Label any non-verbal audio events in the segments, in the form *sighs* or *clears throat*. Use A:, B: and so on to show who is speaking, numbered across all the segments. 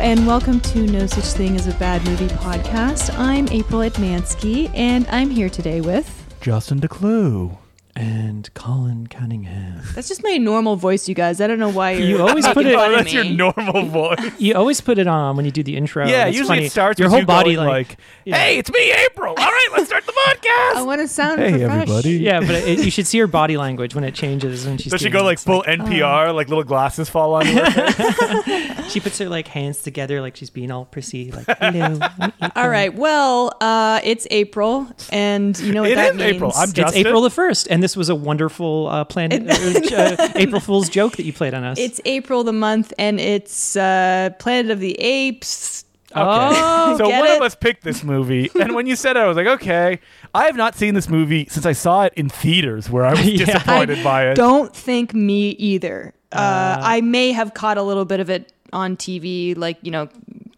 A: and welcome to No Such Thing as a Bad Movie podcast. I'm April Edmansky, and I'm here today with.
B: Justin DeClue.
C: and
B: *laughs*
C: Colin Cunningham.
A: That's just my normal voice, you guys. I don't know why you're.
C: You always put
A: making
C: it-
A: fun
C: Oh,
A: of
C: that's
A: me.
B: normal
C: *laughs*
B: voice.
C: You always put it on when you do the intro.
B: yeah,
C: It's
B: usually
C: funny.
B: it starts
C: your
B: with
C: whole
B: you
C: body
B: going
C: like,
B: like, "Hey, it's me, April. All right, let's start *laughs* the
A: I
B: podcast."
A: want to sound.
B: Hey,
A: profesh.
B: everybody.
C: *laughs* yeah, but it, you should see her body language when it changes when she's.
B: Does she
C: doing
B: go like
C: this.
B: full NPR? Like little glasses fall on *laughs* her.
C: She puts her like hands together like she's being all
B: *laughs*
C: prissy. Like hello. I'm April."
A: All right. Well, uh, it's April, and you know what
B: It
A: that
B: is
A: means.
B: April. I'm
C: It's
B: Justin.
C: April the first, and this was a wonderful uh, planet
A: *laughs*
C: uh, April Fool's joke that you played on us.
A: It's April the month, and it's uh, Planet of the Apes. Oh,
B: so
A: get
B: one
A: it?
B: of us picked this movie, and when you said it, I was like, "Okay, I have not seen this movie since I saw it in theaters, where I *laughs* was
C: Yeah.
B: disappointed by it."
A: Don't think me either. Uh, I may have caught a little bit of it on TV, like you know,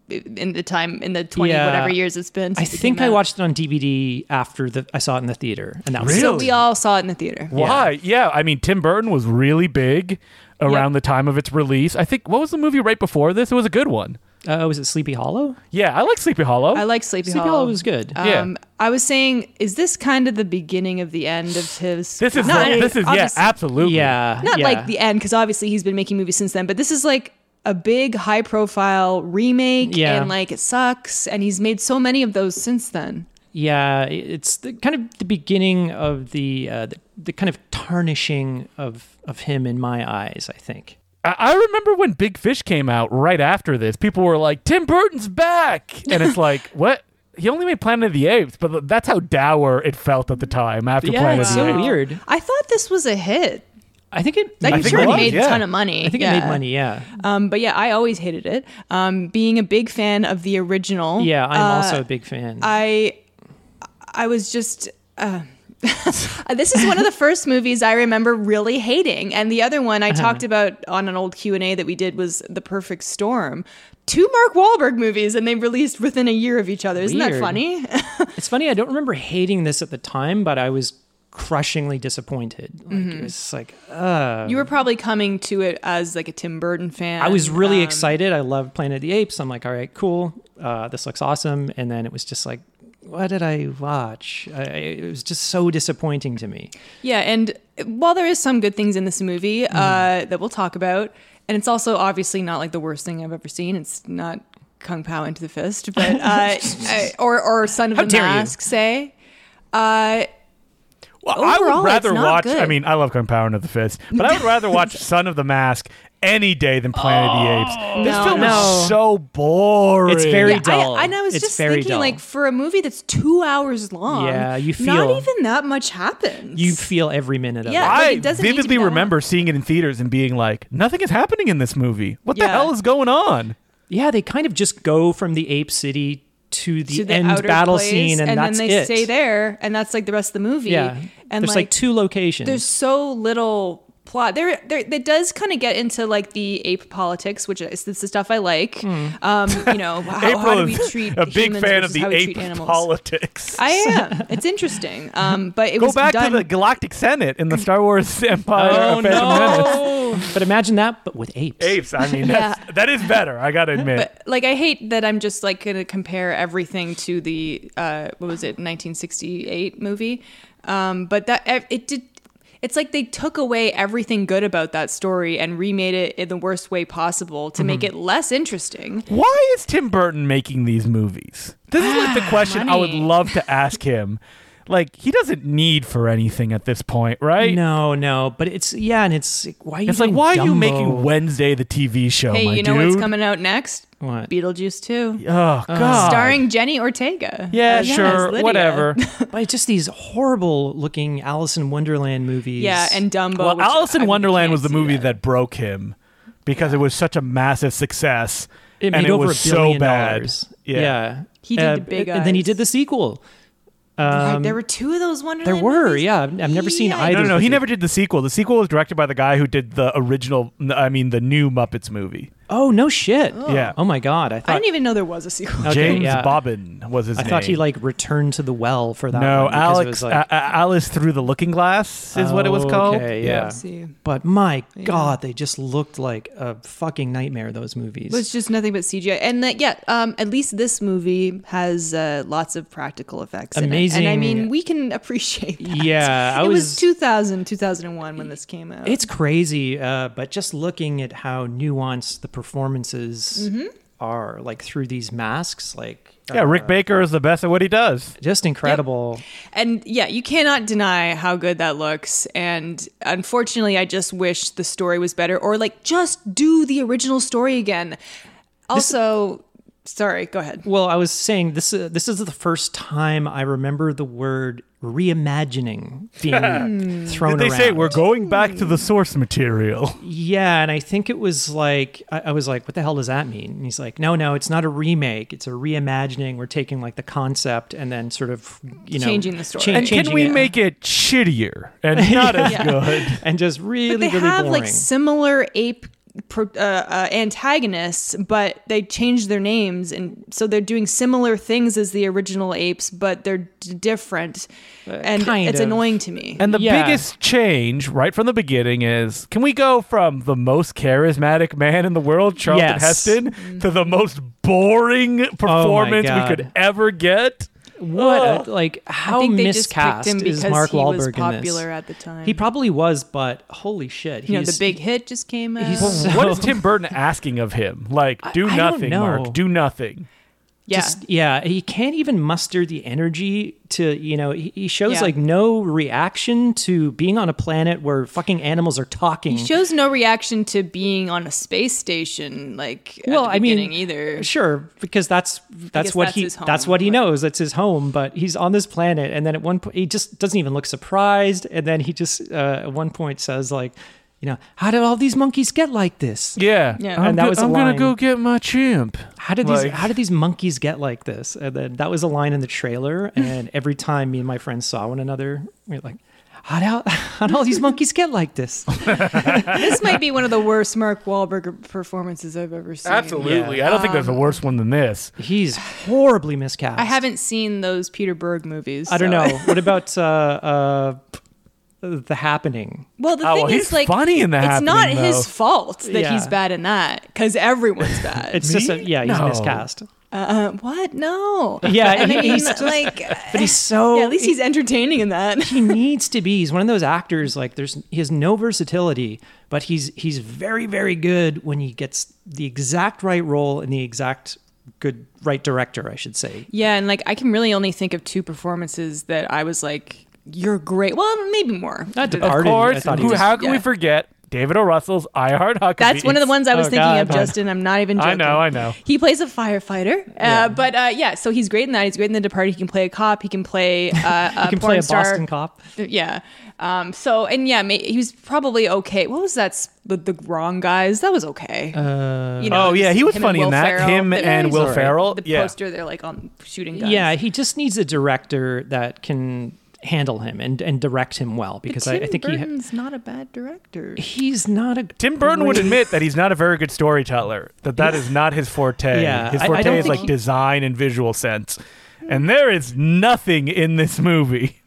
A: in the time in the twenty
C: Yeah.
A: whatever years it's been.
C: I
A: since it
C: think
A: came
C: I
A: out.
C: watched it on DVD after the I saw it in the theater, and that was
B: Really?
A: So we all saw it in the theater.
B: Why? Yeah. I mean, Tim Burton was really big around the time of its release. I think what was the movie right before this? It was a good one.
C: Uh, was it Sleepy Hollow?
B: Yeah, I like Sleepy Hollow.
A: I like Sleepy,
C: Sleepy Hollow, was good.
B: Yeah.
A: Um, I was saying, is this kind of the beginning of the end of his?
B: this is
A: not,
B: this is yeah,
A: obviously-
B: absolutely.
C: yeah,
A: not
C: yeah.
A: like the end because obviously he's been making movies since then. But this is like a big, high-profile remake,
C: Yeah.
A: and like it sucks. And he's made so many of those since then.
C: Yeah, it's the, kind of the beginning of the, uh, the the kind of tarnishing of of him in my eyes. I think.
B: I- I remember when Big Fish came out right after this, people were like, Tim Burton's back. And
A: *laughs*
B: it's like, what? He only made Planet of the Apes, but that's how dour it felt at the time after
C: Yeah,
B: Planet
C: it's
B: of the
C: so
B: Apes.
C: weird.
A: I thought this was a hit.
C: I think it.
A: Like,
C: I
A: I'm
B: think
A: sure
B: it
A: it
B: was,
A: made a
B: yeah.
A: ton of money.
C: I think
A: Yeah.
C: it made money. Yeah,
A: Um, but yeah, I always hated it. Um, being a big fan of the original.
C: yeah. I'm
A: uh,
C: also a big fan.
A: I I was just uh, *laughs* this is one of the first movies I remember really hating, and the other one I
C: Uh-huh.
A: talked about on an old Q and A that we did was The Perfect Storm. Two Mark Wahlberg movies, and they released within a year of each other. Isn't that
C: Weird.
A: funny? *laughs*
C: it's funny. I don't remember hating this at the time, but I was crushingly disappointed. Like
A: Mm-hmm.
C: it was just like uh,
A: you were probably coming to it as like a Tim Burton fan.
C: I was really
A: um,
C: excited. I loved Planet of the Apes. I'm like, all right, cool. Uh, this looks awesome. And then it was just like, what did I watch? I, it was just so disappointing to me.
A: Yeah, and while there is some good things in this movie
C: Mm-hmm.
A: uh, that we'll talk about, and it's also obviously not like the worst thing I've ever seen. It's not Kung Pao into the fist,
C: *laughs*
A: but uh, I- or or Son of
C: How
A: the
C: dare you.
A: Mask, say. Uh,
B: Well, I
A: Overall,
B: would rather
A: it's not
B: watch, I
A: good.
B: mean, I love Kung Power into the Fist,
A: *laughs*
B: but I would rather watch Son of the Mask any day than Planet of the Apes. This
A: Oh, No,
B: film
C: no.
B: is so boring.
C: It's very-
A: yeah,
C: dull.
A: I, and I was
C: It's
A: just
C: very
A: thinking,
C: dull.
A: like, for a movie that's two hours long,
C: Yeah, you
A: not
C: feel-
A: even that much happens.
C: You feel every minute of
A: Yeah.
C: it.
A: Like,
B: I
A: it doesn't need to be
B: vividly
A: that long.
B: remember seeing it in theaters and being like, nothing is happening in this movie. What the
A: Yeah.
B: hell is going on?
C: Yeah, they kind of just go from the ape city to the,
A: to the
C: end
A: outer
C: battle
A: place,
C: scene, and, that's
A: then they
C: it.
A: stay there, and that's like the rest of the movie.
C: Yeah,
A: and
C: there's like, two locations. *laughs*
A: there's so little plot there there that does kind of get into like the ape politics which is it's the stuff i like um
B: *laughs*
A: you know how,
B: April
A: how do we
B: is
A: treat
B: Hmm. a big
A: humans
B: fan
A: versus
B: of the
A: how we
B: ape
A: treat animals
B: politics.
A: i
B: *laughs*
A: am it's interesting um but it
B: Go
A: was
B: back
A: done
B: to the Galactic Senate in the Star
A: *laughs*
B: Wars Empire.
C: oh
B: of Phantom Menace.
C: no! but imagine that, but with
B: *laughs*
C: apes.
B: Apes. I mean, that's, that is better. I gotta admit.
A: but like i hate that i'm just like gonna compare everything to the uh what was it 1968 movie um but that ev- it did it's like they took away everything good about that story and remade it in the worst way possible to
B: Hmm.
A: make it less interesting
B: Why is Tim Burton making these movies? This is like the question I would
A: Ah, money.
B: love to ask him. Like, he doesn't need for anything at this point, right?
C: No, no, but it's yeah, and it's like, why? Are you
B: It's like,
C: doing
B: why are you
C: Dumbo?
B: making Wednesday the TV show,
A: Hey,
B: Oh my
A: you know
B: dude?
A: what's coming out next?
C: What?
A: Beetlejuice 2.
B: Oh God!
A: Starring Jenny Ortega.
B: Yeah,
A: as
B: sure,
A: Lydia. *laughs*
B: whatever.
C: *laughs* But it's just these horrible looking Alice in Wonderland movies.
A: Yeah, and Dumbo.
B: well,
A: which
B: Alice in
A: I
B: Wonderland
A: can't
B: was the
A: see
B: movie that. broke him because it was such a massive success,
C: it made
B: and it
C: over
B: was
C: a billion
B: so bad.
C: dollars. Uh,
B: Yeah.
A: He did the Big
C: and then he
A: Eyes.
C: did the sequel.
A: Right,
C: Um,
A: there were two of those Wonderland
C: there were,
A: movies?
C: yeah. I've I've never seen
A: Yeah,
C: either.
B: No, no, no.
C: but
B: He
C: they-
B: never did the sequel. The sequel was directed by the guy who did the original. I mean, the new Muppets movie.
C: Oh no shit! Oh,
B: Yeah.
C: my god, I
A: I
C: thought
A: didn't even know there was a sequel.
C: Okay,
B: James
C: yeah.
B: Bobbin was his
C: I
B: name.
C: thought he like returned to the well for that.
B: No,
C: one because it
B: Alex.
C: was like, oh,
B: uh, uh, Alice through the Looking Glass is what it was called.
C: Okay, yeah.
A: Let's see.
C: But my
A: Yeah.
C: god, they just looked like a fucking nightmare. Those movies.
A: It was just nothing but CGI, and that yeah, um, at least this movie has uh, lots of practical effects. in it. and I
C: Amazing.
A: mean, we can appreciate. *laughs* That.
C: Yeah, I
A: it was,
C: was-
A: 2000, 2001 when this came out.
C: It's crazy, uh, but just looking at how nuanced the performances
A: Mm-hmm.
C: are, like through these masks, like
B: Yeah,
C: uh,
B: Rick Baker is the best at what he does.
C: just incredible.
A: And yeah, you cannot deny how good that looks. And unfortunately, I just wish the story was better or like just do the original story again. Also, sorry, go ahead.
C: Well, I was saying this. Uh, this is the first time I remember the word reimagining being thrown
B: *laughs* Did they
C: around.
B: say we're going back to the
A: Hmm.
B: source material?
C: Yeah, and I think it was like I, I was like, "What the hell does that mean?" And he's like, "No, no, it's not a remake. It's a reimagining. We're taking like the concept and then sort of you know
A: Changing the story.
C: chan-
B: And can
C: changing
B: we
C: it.
B: make it shittier and not as good?
C: *laughs* and just
A: But
C: really
A: they
C: really
A: have
C: boring?
A: like similar ape pro- uh, uh, antagonists, but they changed their names. And so they're doing similar things as the original apes, but they're d- different. and
C: Uh, kind
A: it's
C: of.
A: annoying to me.
B: And the
C: Yeah.
B: biggest change right from the beginning is can we go from the most charismatic man in the world, Charlton
C: Yes. Mm. Oh
B: Heston, to the most boring performance we
C: God.
B: could ever get?
C: what? a- like how
A: oh, I think they just picked
C: miscast
A: him because
C: is Mark
A: he
C: Wahlberg
A: was
C: in
A: popular
C: this?
A: at the time.
C: He probably was, but holy shit,
A: you know, the
C: he's-
A: big hit just came out.
C: he's-
B: what is
C: So-
B: Tim Burton asking of him? Like, do
C: I don't
B: nothing,
C: know.
B: Mark. Do nothing.
A: yeah.
C: Just, yeah, he can't even muster the energy to, you know, he, he shows
A: Yeah.
C: like no reaction to being on a planet where fucking animals are talking.
A: He shows no reaction to being on a space station, like at
C: well,
A: the
C: I mean, uh,
A: beginning either.
C: Sure, because that's that's
A: guess
C: what
A: that's
C: he
A: his home,
C: that's what he
A: but-
C: knows. That's his home. But he's on this planet, and then at one point he just doesn't even look surprised. And then he just uh, at one point says like, you know, how did all these monkeys get like this?
B: Yeah.
A: Yeah.
B: I'm,
A: And
C: that
B: go-
C: was a
B: I'm gonna
C: line.
B: go get my chimp.
C: How did these
B: Like-
C: how did these monkeys get like this? And then that was a line in the trailer.
B: *laughs*
C: And every time me and my friends saw one another, we were like, how do how do all *laughs* these monkeys get like this?
A: *laughs* This might be one of the worst Mark Wahlberg performances I've ever seen.
B: Absolutely. I don't think
C: Um,
B: there's a worse one than this.
C: He's horribly miscast.
A: I haven't seen those Peter Berg movies.
C: I don't
A: so-
C: know. What about uh, uh, the happening?
A: Well, the
B: Oh,
A: thing
B: well, he's
A: is, like,
B: funny in The
A: It's not
B: Happening,
A: his
B: though.
A: fault that
C: Yeah.
A: he's bad in that because everyone's *laughs* bad.
C: It's just a,
B: Me?
C: yeah, he's
B: No.
C: miscast.
A: uh, what? No.
C: Yeah,
A: And *laughs* I mean,
C: he's just-
A: *laughs* like,
C: But he's so
A: yeah, at least he's entertaining in that. *laughs*
C: he needs to be. He's one of those actors like there's he has no versatility, but he's he's very very good when he gets the exact right role and the exact good right director, I should say.
A: Yeah, and like I can really only think of two performances that I was like, "You're great." Well, maybe more.
C: Not
A: Th-
B: Of
C: Departed, I
B: course.
C: thought he
B: who-
C: was-
B: how can we
A: yeah.
B: forget David O. Russell's I Heart Huckabee?
A: That's one of the ones I was
C: Oh,
A: thinking of,
C: God.
A: Justin. I'm not even joking.
B: I know, I know.
A: He plays a firefighter, uh, but uh, yeah, so he's great in that. He's great in The Departed. He can play a cop. He can play uh, a
C: He can
A: porn
C: play a
A: star.
C: Boston cop.
A: Yeah. Um, so and yeah, ma- he was probably okay. What was that? s- The, the wrong guys. That was okay. Uh, you
B: Oh, yeah,
A: just
B: he was
A: him
B: funny
A: and Will
B: in that.
A: Ferrell.
B: Him
A: But
B: and
A: he's
B: Will
A: all right.
B: Ferrell.
A: The
B: Yeah.
A: poster, they're like on shooting guns.
C: Yeah, he just needs a director that can handle him and, and direct him well because I, I
A: Tim
C: think he ha-
A: Burton's not a bad director.
C: he's not a
B: Tim Burton would
C: great-
B: admit that he's not a very good storyteller. That that is not his forte.
C: Yeah,
B: his
C: I- I
B: forte
C: don't
B: is
C: think
B: like
C: he-
B: design and visual sense. And there is nothing in this movie.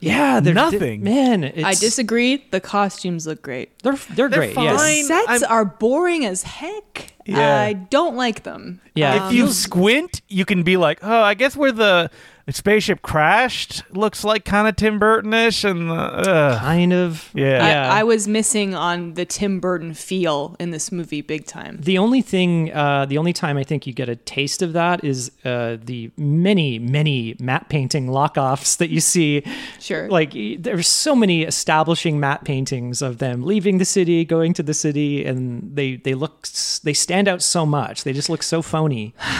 C: yeah they're-
B: Nothing.
C: man it's,
A: I disagree. The costumes look great.
C: they're they're, great yes.
B: fine.
A: Sets
B: I'm-
A: are boring as heck.
B: Yeah.
A: I don't like them.
C: Yeah.
B: if
C: Um,
B: you squint, you can be like, "Oh, I guess where the spaceship crashed looks like kind of Tim Burton-ish." And the, uh,
C: kind of
B: Yeah.
A: I,
C: yeah
A: I was missing on the Tim Burton feel in this movie big time.
C: The only thing, uh, the only time I think you get a taste of that is uh, the many, many matte painting lockoffs that you see.
A: Sure.
C: Like y- there's so many establishing matte paintings of them leaving the city, going to the city, and they they look s- they stand out so much. They just look so phony.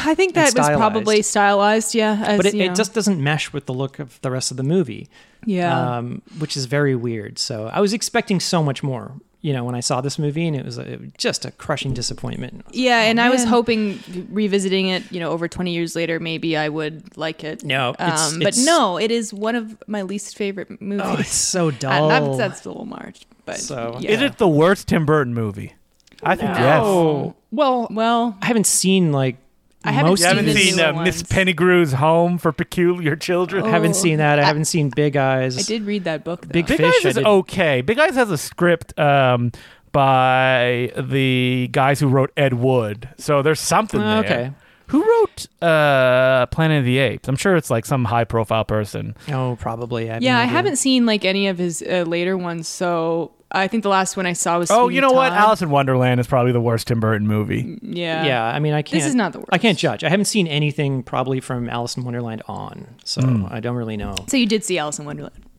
A: I think that was
C: stylized.
A: probably stylized, yeah. as,
C: But it,
A: you
C: it
A: know.
C: just doesn't mesh with the look of the rest of the movie.
A: yeah.
C: Um, which is very weird. So I was expecting so much more. You know, when I saw this movie, and it was uh just a crushing disappointment.
A: yeah, and I was
C: man.
A: hoping revisiting it, you know, over 20 years later maybe I would like it.
C: No, it's-
A: um, but
C: it's-
A: no, it is one of my least favorite *laughs* movies.
C: *laughs* Oh, it's so
A: I-
C: dull.
A: that's, that's a little much, but
C: So-
A: yeah.
B: is it the worst Tim Burton movie? I think
C: Oh, well,
A: Well,
C: I haven't seen like
A: I haven't
C: most
B: yes. You
C: of
B: haven't
A: Seen the
B: seen
A: new
B: uh, Miss
A: ones.
B: Pettigrew's Home for Peculiar Children.
C: I haven't seen that. I haven't seen Big Eyes.
A: I did read that book. Though.
C: Big
B: Big
C: Fish, I
B: Eyes is
C: did-
B: okay. Big Eyes has a script um, by the guys who wrote Ed Wood, so there's something
C: Oh,
B: there.
C: okay.
B: Who wrote uh, Planet of the Apes? I'm sure it's like some high profile person.
C: Oh, probably. I have
A: yeah,
C: no
A: I
C: idea.
A: haven't seen like any of his uh, later ones. So I think the last one I saw was.
B: Oh,
A: Sweeney
B: you know what?
A: Todd.
B: Alice in Wonderland is probably the worst Tim Burton movie.
A: Yeah.
C: Yeah. I mean, I can't.
A: is not the
C: I can't
A: worst.
C: judge. I haven't seen anything probably from Alice in Wonderland on, so
B: Hmm.
C: I don't really know.
A: So you did see Alice in Wonderland. *laughs*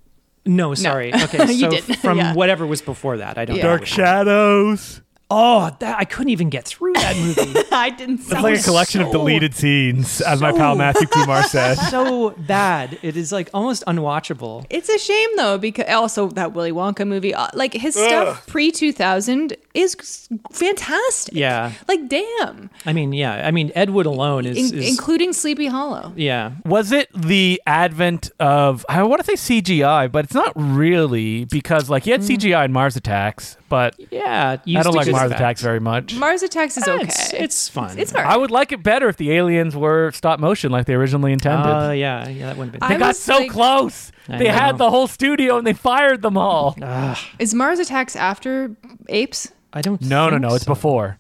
C: No, sorry. Okay,
A: You
C: so
A: did.
C: from
A: Yeah.
C: whatever was before that, I don't.
A: Yeah.
C: know.
B: Dark *laughs* Shadows.
C: Oh, that, I couldn't even get
A: *laughs*
C: through that movie.
A: I didn't. See
B: It's like a
C: was
B: collection of
C: so-
B: deleted scenes, as my pal
C: so-
B: Matthew
C: *laughs*
B: Kumar said.
C: so bad. It is like almost unwatchable.
A: It's a shame though, because also that Willy Wonka movie, uh, like his stuff pre two thousand is s- fantastic.
C: Yeah.
A: like damn,
C: I mean, yeah. I mean, Ed Wood alone is.
A: In-
C: is
A: including Sleepy Hollow.
C: yeah.
B: Was it the advent of I want to say CGI, but it's not really because like you
C: Mm.
B: had CGI in Mars Attacks, but
C: Yeah.
B: I don't like Mars
C: attack
B: Attacks very much.
A: Mars Attacks is okay.
C: It's, it's fun.
A: It's all right.
B: I would like it better if the aliens were stop motion like they originally intended.
C: Uh, yeah. Yeah. That wouldn't be.
B: they
A: I
B: got
A: was,
B: so
A: like-
B: close.
C: I
B: They had
C: know.
B: the whole studio and they fired them *laughs* all.
A: Is Mars Attacks after Apes?
C: I don't.
B: No, no,
C: think
B: no. It's
C: so.
B: before.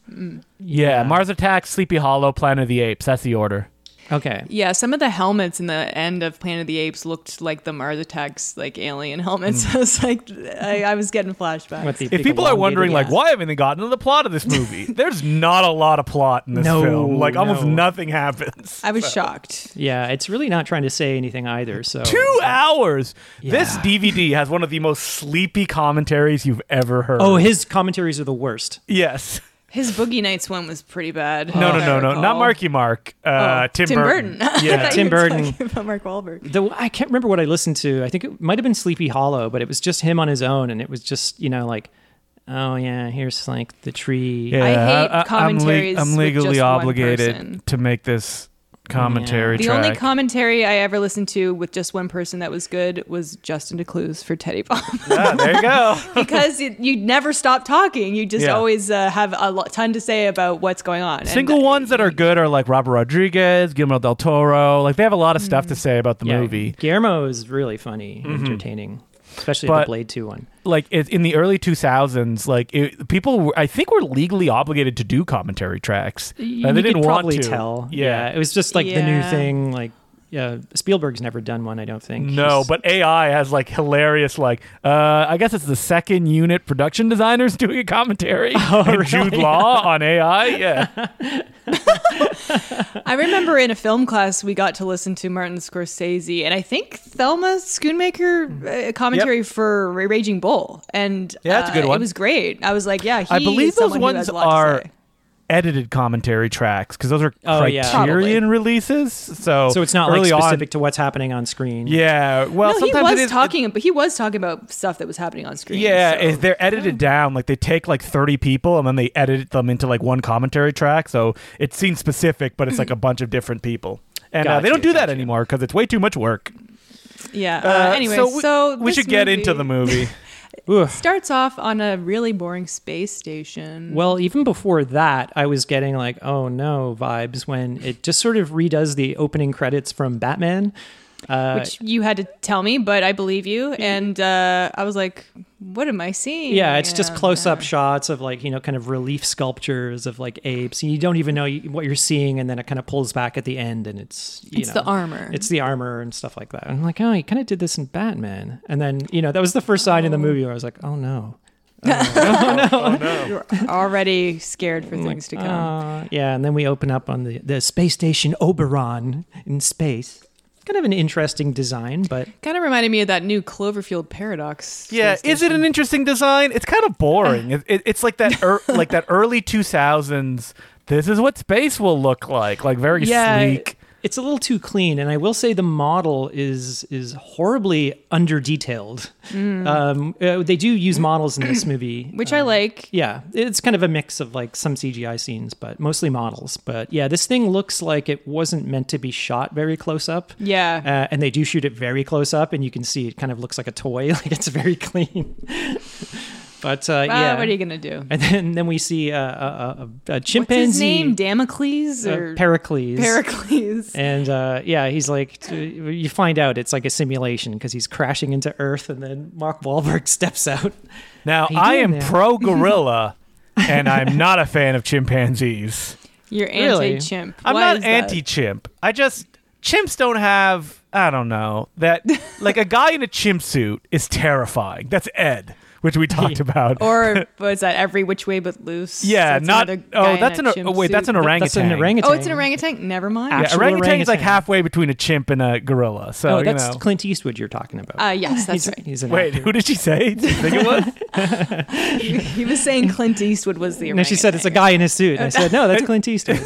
B: Yeah, Mars Attacks, Sleepy Hollow, Planet of the Apes. That's the order.
C: Okay.
A: Yeah, some of the helmets in the end of Planet of the Apes looked like the Mars Attacks like alien helmets. *laughs*
B: Mm.
A: I was like, I, I was getting flashbacks.
C: With the
B: If
C: big
B: people are
C: elongated-
B: wondering, like, why haven't they gotten to the plot of this *laughs* movie? There's not a lot of plot in this
C: No,
B: film. Like, almost
C: no.
B: nothing happens.
A: I was shocked.
C: Yeah, it's really not trying to say anything either.
B: *laughs*
C: So
B: Two hours. This
C: Yeah.
B: DVD has one of the most sleepy commentaries you've ever heard.
C: Oh, his commentaries are the worst.
B: yes.
A: His Boogie Nights one was pretty bad.
B: No,
A: if
B: no,
A: I
B: no, no.
A: recall.
B: Not Marky Mark.
A: Oh,
B: Uh, Tim,
A: Burton. *laughs* I
B: Yeah.
A: thought you
C: Tim
A: were
C: Burton.
A: talking *laughs* about Mark Wahlberg.
C: The I can't remember what I listened to. I think it might have been Sleepy Hollow, but it was just him on his own, and it was just you know like, oh yeah, here's like the tree.
B: Yeah,
A: I hate
B: I'm
A: commentaries
B: I'm,
A: with
B: legally
A: just one
B: obligated
A: person.
B: to make this commentary
A: The
B: track.
A: only commentary I ever listened to with just one person that was good was Justin DeCluse for Teddy Bomb
B: yeah, Ah, there you go.
A: *laughs* because it, you never stop talking. You just
B: Yeah.
A: always uh, have a lot, ton to say about what's going on. And
B: Single ones that are good are like Robert Rodriguez, Guillermo del Toro. Like they have a lot of stuff
A: Hmm.
B: to say about the
C: Yeah,
B: movie. Mm-hmm.
C: Guillermo is really funny, and entertaining, especially
B: But-
C: the Blade Two one.
B: Like it, in the early 2000s, like it, people, were, I think, were legally obligated to do commentary tracks. and
C: You
B: they
C: could
B: didn't want
C: probably
B: to.
C: tell. Yeah. it was just like the new
A: Yeah.
C: thing. Like, yeah, Spielberg's never done one. I don't think.
B: No,
C: He's-
B: but AI has like hilarious, like uh, I guess it's the second unit production designers *laughs* doing
A: *laughs*
B: a commentary.
A: Oh,
B: and Jude Law on AI. Yeah,
A: I remember in a film class we got to listen to Martin Scorsese and I think Thelma Schoonmaker uh, commentary for Ra- Raging Bull, and
B: Yeah, that's a good
A: uh,
B: one.
A: It was great. I was like, yeah, he
B: I believe
A: is
B: those
A: someone who
B: ones
A: has a lot to
B: are
A: say.
B: edited commentary tracks because those are
C: Oh, yeah.
B: Criterion releases. So
C: so it's not like
B: early
C: specific
B: on.
C: to what's happening on screen.
B: Yeah, well,
A: no, he
B: sometimes
A: was
B: it is,
A: talking, but he was talking about stuff that was happening on screen.
B: Yeah,
A: so- Oh.
B: if they're edited down. Like they take like 30 people and then they edit them into like one commentary track. So it's scene specific, but it's
A: *clears throat*
B: like a bunch of different people. And uh, they
C: Gotcha,
B: don't do that
C: gotcha.
B: anymore because it's way too much work.
A: yeah.
B: Uh,
A: Uh, anyway,
B: so
A: so
B: we, we
A: this
B: should get into
A: movie
B: the movie.
C: Ugh.
A: Starts off on a really boring space station.
C: Well, even before that, I was getting like, oh no vibes when it just sort of redoes the opening credits from Batman. Uh,
A: which you had to tell me, but I believe you. And uh, I was like, what am I seeing? uh,
C: yeah, it's just
A: Yeah.
C: close up shots of like, you know, kind of relief sculptures of like apes. And you don't even know you- what you're seeing. And then it kind of pulls back at the end and it's, you
A: It's
C: know,
A: the armor.
C: It's the armor and stuff like that. And I'm like, oh, he kind of did this in Batman. And then, you know, that was the first sign in the movie where I was like, oh no.
A: You're already scared for things to come.
C: Uh, yeah. And then we open up on the, the space station Oberon in space. Kind of an interesting design, but
A: kind of reminded me of that new Cloverfield paradox.
B: *laughs* yeah, is it an interesting design? It's kind of boring. It, it, it's like that,
A: *laughs*
B: er, like that early 2000s. This is what space will look like. Like very sleek.
C: It's a little too clean, and I will say the model is is horribly under detailed. Um, uh, they do use models in
A: *clears throat*
C: this movie,
A: Mm.
C: um,
A: Which I like.
C: yeah, it's kind of a mix of like some CGI scenes, but mostly models. But yeah, this thing looks like it wasn't meant to be shot very close up.
A: Yeah.
C: Uh, and they do *laughs* shoot it very close up, and you can see it kind of looks like a toy. Like it's very clean. *laughs* But uh,
A: Well,
C: yeah,
A: What are you gonna do?
C: and then then we see uh, a, a, a, a
A: What's
C: chimpanzee.
A: his name? Damocles
C: uh,
A: or
C: Pericles.
A: Pericles?
C: and uh, yeah, he's like, t- you find out it's like a simulation because he's crashing into Earth, and then Mark Wahlberg *laughs* steps out.
B: Now,
C: you
B: I
C: doing
B: am
C: there?
A: *laughs*
B: pro gorilla, and I'm not a fan of chimpanzees.
A: You're
C: Really?
A: anti-chimp.
B: I'm
A: Why
B: not
A: is that?
B: anti chimp. I just, chimps don't have, I don't know, that,
A: *laughs*
B: like, a guy in a chimp suit is terrifying. That's Ed, which we talked about.
C: *laughs*
A: Or was that every which way but loose?
B: yeah,
A: That's
B: not.
A: another guy
B: Oh,
A: in
B: that's
A: a
B: an.
A: chimp
B: Oh, wait, that's an
A: suit.
B: orangutan.
C: That's an orangutan.
A: Oh, it's an orangutan. Never mind.
C: Yeah.
B: Yeah,
C: Actual
B: orangutan is like
C: orangutan.
B: halfway between a chimp and a gorilla. So
C: oh,
B: you
C: that's
B: know.
C: Clint Eastwood you're talking about.
A: Uh, yes, that's
C: he's,
A: right. *laughs*
C: he's an
B: Wait,
C: actor.
B: who did she say? Did you think it was?
A: He was saying Clint Eastwood was the.
C: No, she said it's a
A: orangutan.
C: guy in a suit. I said, no, that's
B: *laughs*
C: Clint Eastwood.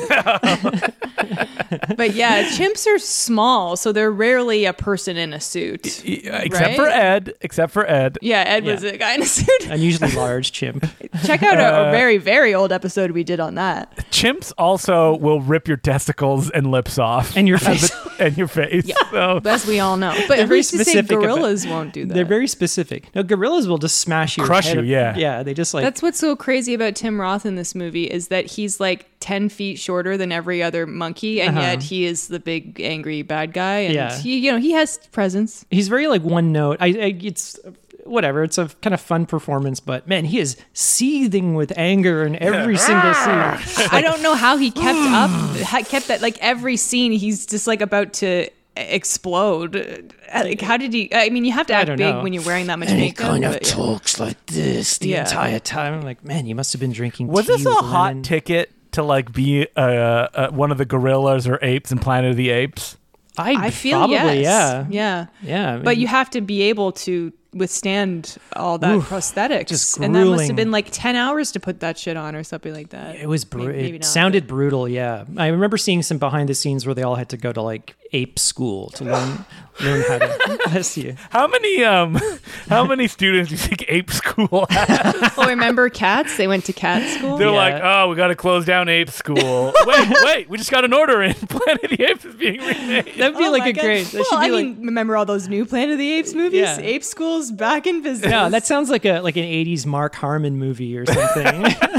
A: But yeah, chimps are small, so they're rarely a person in a suit.
B: uh, except
A: Right?
B: for Ed. Except for Ed.
A: Yeah, Ed was
C: Yeah. uh,
A: a guy in a suit.
C: Unusually large chimp.
A: *laughs* Check out a, a very, very old episode we did on that.
B: Chimps also will rip your testicles and lips off,
C: And your
B: *laughs* As
C: face.
B: a- and your face. So,
A: But as we all know.
C: *laughs*
A: But at
C: very
A: least to say
C: specific about-
A: gorillas won't do that.
C: They're very specific. No, gorillas will just smash you,
B: Crush you, yeah.
C: yeah. They just like
A: That's what's so crazy about Tim Roth in this movie is that he's like 10 feet shorter than every other monkey, and yet he is the big, angry bad guy. And
C: Uh-huh. Yeah.
A: he, you know, he has
C: *laughs*
A: presence.
C: he's very like one note. I, I it's whatever. It's a kind of fun performance, but man, he is seething with anger in every single
B: Ah!
C: scene.
A: I don't know how he kept up, ha- kept that. Like every scene, he's just like about to explode. Like, how did he? I mean, you have to act
C: don't
A: big
C: know.
A: when you're wearing that much makeup. but-
C: talks like this the
A: Yeah.
C: time. I'm like, man, you must have been drinking.
B: was
C: tea
B: this a
C: with
B: hot
C: lemon."
B: ticket to like be uh, uh, one of the gorillas or apes in Planet of the Apes?
C: I, *laughs*
A: I feel
C: probably,
A: yes.
C: yeah,
A: yeah,
C: yeah. I
A: But
C: mean,
A: you have to be able to withstand all that prosthetics,
C: just
A: and that must
C: grueling.
A: have been like ten hours to put that shit on or something like that.
C: It was br-
A: May- maybe
C: it
A: not,
C: sounded brutal, yeah. I remember seeing some behind the scenes where they all had to go to like ape school to learn learn how to *laughs* bless you.
B: How many um, *laughs* how many students do you think ape school has?
A: but- Oh, remember cats? They went to cat
C: *laughs*
A: school.
B: They're
C: Yeah.
B: like, oh, we got to close down ape school. *laughs* wait, wait, we just got an order in. *laughs* Planet of the Apes is being remade.
C: That'd be
A: Oh
C: like
A: my
C: a
A: God.
C: great. That
A: Well,
C: should be
A: I
C: like
A: mean, remember all those new Planet of the Apes movies?
C: Yeah.
A: Ape School's back in business.
C: no, that sounds like a like an '80s Mark Harmon movie or something. *laughs*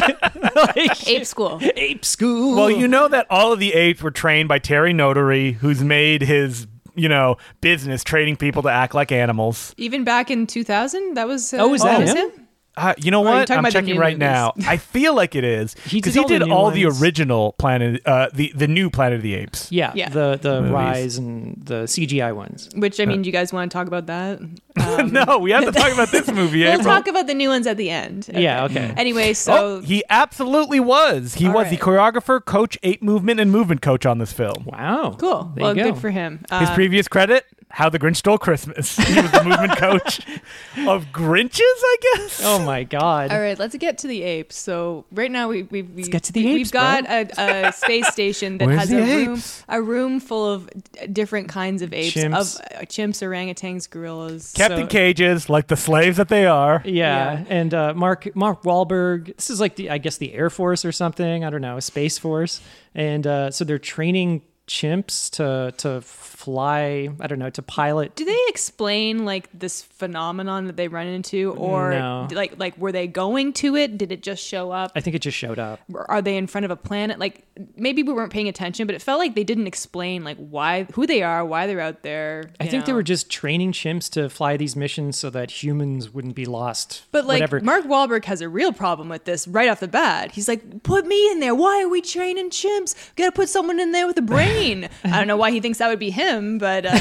A: *laughs*
C: like,
A: Ape School.
C: ape school.
B: Well, you know that all of the apes were trained by Terry Notary, who's made his, you know, business training people to act like animals.
A: Even back in 2000, that was uh,
C: Oh, is that
A: was
C: him?
B: Uh, you
C: Oh,
B: know
A: you're
B: what?
A: talking
B: I'm
A: about the
B: checking
A: new
B: right now.
C: *laughs*
A: movies.
B: I feel like it is
C: He
B: because
C: did
B: he
C: all the
B: did
C: new
B: all the
C: ones.
B: original Planet, uh, the the new Planet of the Apes.
C: yeah,
A: Yeah.
C: the the
B: Movies.
C: rise and the CGI ones.
A: Which I mean, do you guys want to talk about that? Um,
B: *laughs* no, we have to talk about
C: *laughs*
B: this movie.
A: *laughs* We'll
B: April.
A: talk about the new ones at the end.
C: Yeah, okay.
A: Anyway,
B: Oh,
A: so
B: he absolutely was. He
A: All
B: was
A: right.
B: the choreographer, coach, ape movement, and movement coach on this film.
C: Wow,
A: cool.
C: There
A: Well,
C: you go.
A: good for him.
B: His
A: Uh,
B: previous credit, How the Grinch Stole Christmas. *laughs* He was the movement coach
C: *laughs*
B: of Grinches, I guess.
C: Oh my god.
A: *laughs* all right, let's get to the apes. So right now we we, we
C: get to the apes,
A: We've got a,
C: *laughs*
A: a space station that
B: Where's
A: has
B: the
A: a room
B: apes?
A: a room full of d- different kinds of apes
C: Chimps.
A: of uh, chimps, orangutans, gorillas.
B: Captain
C: So-
B: Cages, like the slaves that they are.
C: Yeah.
A: Yeah.
C: and uh, Mark Mark Wahlberg. This is like the I guess the Air Force or something. I don't know, Space Force. And uh, so they're training chimps to to fly. I don't know to pilot.
A: Do they explain like this phenomenon that they run into, or
C: No.
A: like like were they going to it? Did it just show up?
C: I think it just showed up.
A: are they in front of a planet like maybe we weren't paying attention but it felt like they didn't explain like why who they are why they're out there
C: I
A: you
C: think they
A: know.
C: were just training chimps to fly these missions so that humans wouldn't be lost.
A: but like
C: whatever.
A: Mark Wahlberg has a real problem with this right off the bat. He's like, "Put me in there. Why are we training chimps? Got to put someone in there with a
B: *laughs*
A: brain." I don't know why he thinks that would be him, but uh,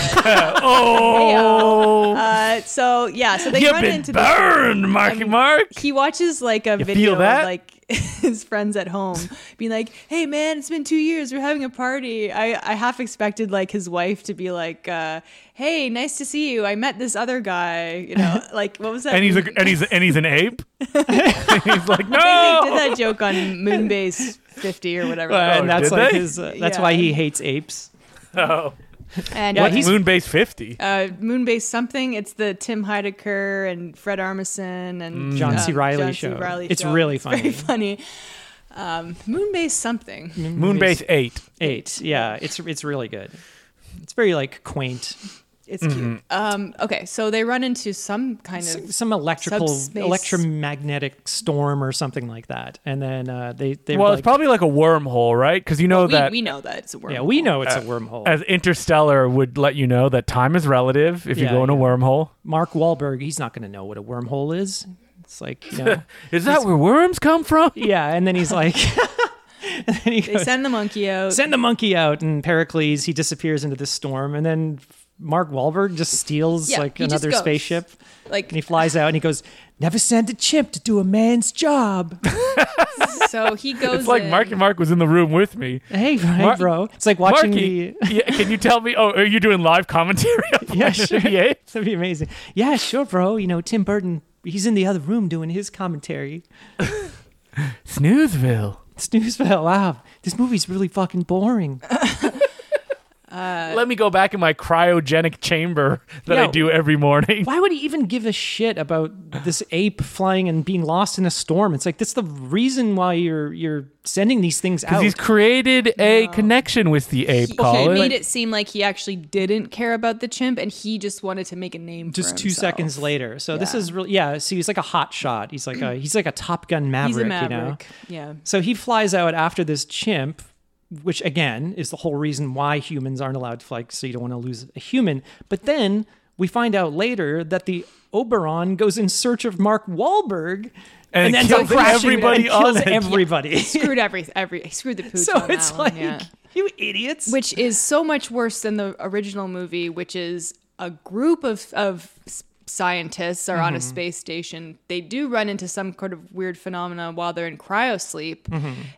B: Oh,
A: uh, so yeah, so they
B: you've
A: run
B: been
A: into this-
B: burned, Marky Mark.
A: he watches like a
B: feel
A: video of
B: that?
A: like *laughs* his friends at home being like, "Hey man, it's been two years. We're having a party." I I half expected like his wife to be like, uh, "Hey, nice to see you. I met this other guy. You
B: *laughs*
A: know, like what was that?"
B: And he's
A: movie?
B: a, and he's and he's an ape. he's like
A: I
B: no.
A: think they did that joke on Moonbase Fifty or whatever.
C: and
B: that-
C: that's
B: Oh, did
C: like
B: they?
C: his. Uh, that's
A: Yeah.
C: why he hates apes.
B: Oh.
A: and
C: Yeah,
A: uh,
C: he's-
B: Moonbase fifty.
A: uh, Moonbase something. It's the Tim Heidecker and Fred Armisen and
C: John
A: uh,
C: C. Reilly
A: John
C: show.
A: C. Reilly
C: It's
A: show.
C: really funny.
A: Very funny. Um, Moonbase something.
B: Moonbase eight.
C: eight. Yeah, it's it's really good. It's very like quaint
A: It's cute. Um, okay, so they run into some kind
C: S-
A: of
C: some electrical
A: subspace.
C: electromagnetic storm or something like that and then uh, they they
B: well,
C: like,
B: it's probably like a wormhole, right? Because you know
A: we,
B: that
A: we know that it's a worm.
C: yeah we know
B: Uh,
C: it's a wormhole
B: as Interstellar would let you know that time is relative if
C: Yeah,
B: you go in a
C: yeah.
B: wormhole.
C: Mark Wahlberg he's not going to know what a wormhole is it's like
B: *laughs*
C: you know
B: Is that where worms come *laughs* from?
C: yeah and then he's like *laughs* and then he
A: They
C: goes,
A: send the monkey out.
C: send the monkey out and Pericles he disappears into this storm and then Mark Wahlberg just steals
A: Yeah,
C: like
A: he just
C: another
A: goes.
C: spaceship
A: like
C: *laughs* and he flies out and he goes never send a chimp to do a man's job
A: so he goes.
B: It's like
A: in.
B: Marky Mark was in the room with me.
C: hey
B: Mar-
C: *laughs* right, bro it's like watching
B: Marky,
C: the
B: yeah, can you tell me? Oh, are you doing live commentary? on
C: Yeah, *laughs*
B: Planet
C: sure.
B: of the Apes?
C: That'd be amazing. Yeah, sure, bro. You know, Tim Burton, he's in the other room doing his commentary.
B: Snoozeville.
C: Snoozeville, wow. This movie's really fucking boring.
A: Uh,
B: Let me go back in my cryogenic chamber *laughs* that I
C: Yo.
B: do every morning.
C: Why would he even give a shit about this ape flying and being lost in a storm? It's like that's the reason why you're you're sending these things out.
B: Because he's created a connection with the ape,
A: He, he
B: Colin.
A: made it seem like he actually didn't care about the chimp, and he just wanted to make a name.
C: just
A: for
C: two
A: himself.
C: seconds later. So this
A: Yeah.
C: is really yeah. So he's like a hot shot. He's like a he's like a Top Gun maverick.
A: He's a
C: You know?
A: maverick. Yeah.
C: So he flies out after this chimp, which again is the whole reason why humans aren't allowed to fly, so you don't want to lose a human. But then we find out later that the Oberon goes in search of Mark Wahlberg
B: And
C: ends
B: kills
C: up crashing
B: everybody
C: and kills
B: on it.
C: everybody.
A: Screwed every every he screwed the pooch.
C: *laughs* so
A: on
C: it's
A: that
C: like
A: one, yeah.
C: you idiots.
A: which is so much worse than the original movie, which is a group of of s- scientists are on a space station. They do run into some kind of weird phenomena while they're in cryosleep,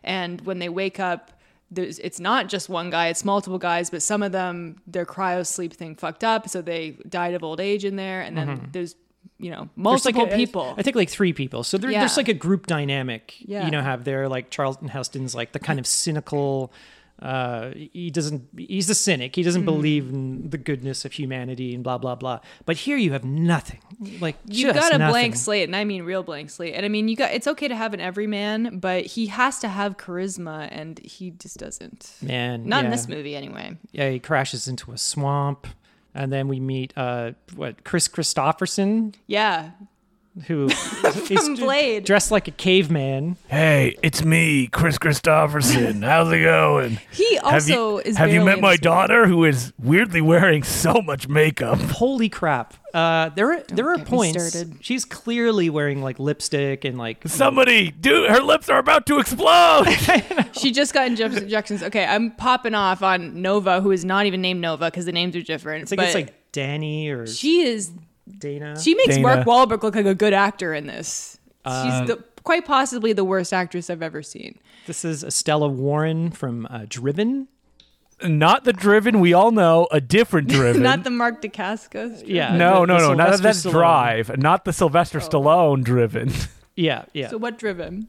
A: and when they wake up. There's, it's not just one guy; it's multiple guys. But some of them, their cryosleep thing fucked up, so they died of old age in there. And then there's, you know,
C: There's
A: multiple
C: like a-
A: people.
C: I think like three people. So there,
A: Yeah.
C: there's like a group dynamic.
A: Yeah.
C: You know, have there like Charlton Heston's like the kind of cynical. Uh, he doesn't. He's a cynic. He
A: Mm-hmm.
C: doesn't believe in the goodness of humanity and blah blah blah. But here you have nothing. Like
A: you
C: just
A: got a
C: nothing.
A: blank slate and i mean real blank slate and i mean you got it's okay to have an everyman but he has to have charisma and he just doesn't
C: man.
A: not in
C: yeah.
A: this movie anyway
C: Yeah, he crashes into a swamp, and then we meet uh what Chris Christopherson
A: yeah
C: who is
A: *laughs* From Blade.
C: dressed like a caveman.
B: Hey, it's me, Chris
A: *laughs*
B: Christopherson. How's it going?
A: he also is
B: Have you
A: barely
B: met
A: in
B: my
A: this movie.
B: daughter, who is weirdly wearing so much makeup?
C: holy crap uh there are there are
A: get me
C: points
A: started.
C: she's clearly wering like lipstick and like
B: Somebody, dude, her lips are about to explode. *laughs*
A: she just got inje- injections okay i'm popping off on nova who is not even named nova because the names are different
C: it's like
A: but
C: it's like danny or
A: she is
C: dana Um,
A: she makes
B: Dana.
A: mark Wahlberg look like a good actor in this she's the, quite possibly the worst actress i've ever seen
C: this is estella warren from uh, driven
B: not the driven we all know, a different driven.
A: *laughs* not the mark dacascos
C: yeah
B: no,
C: the-
B: no,
C: the
B: no, not
C: Sylvester
B: that
C: Stallone.
B: drive, not the Sylvester
A: Oh.
B: Stallone driven,
A: *laughs*
C: yeah yeah
A: so what driven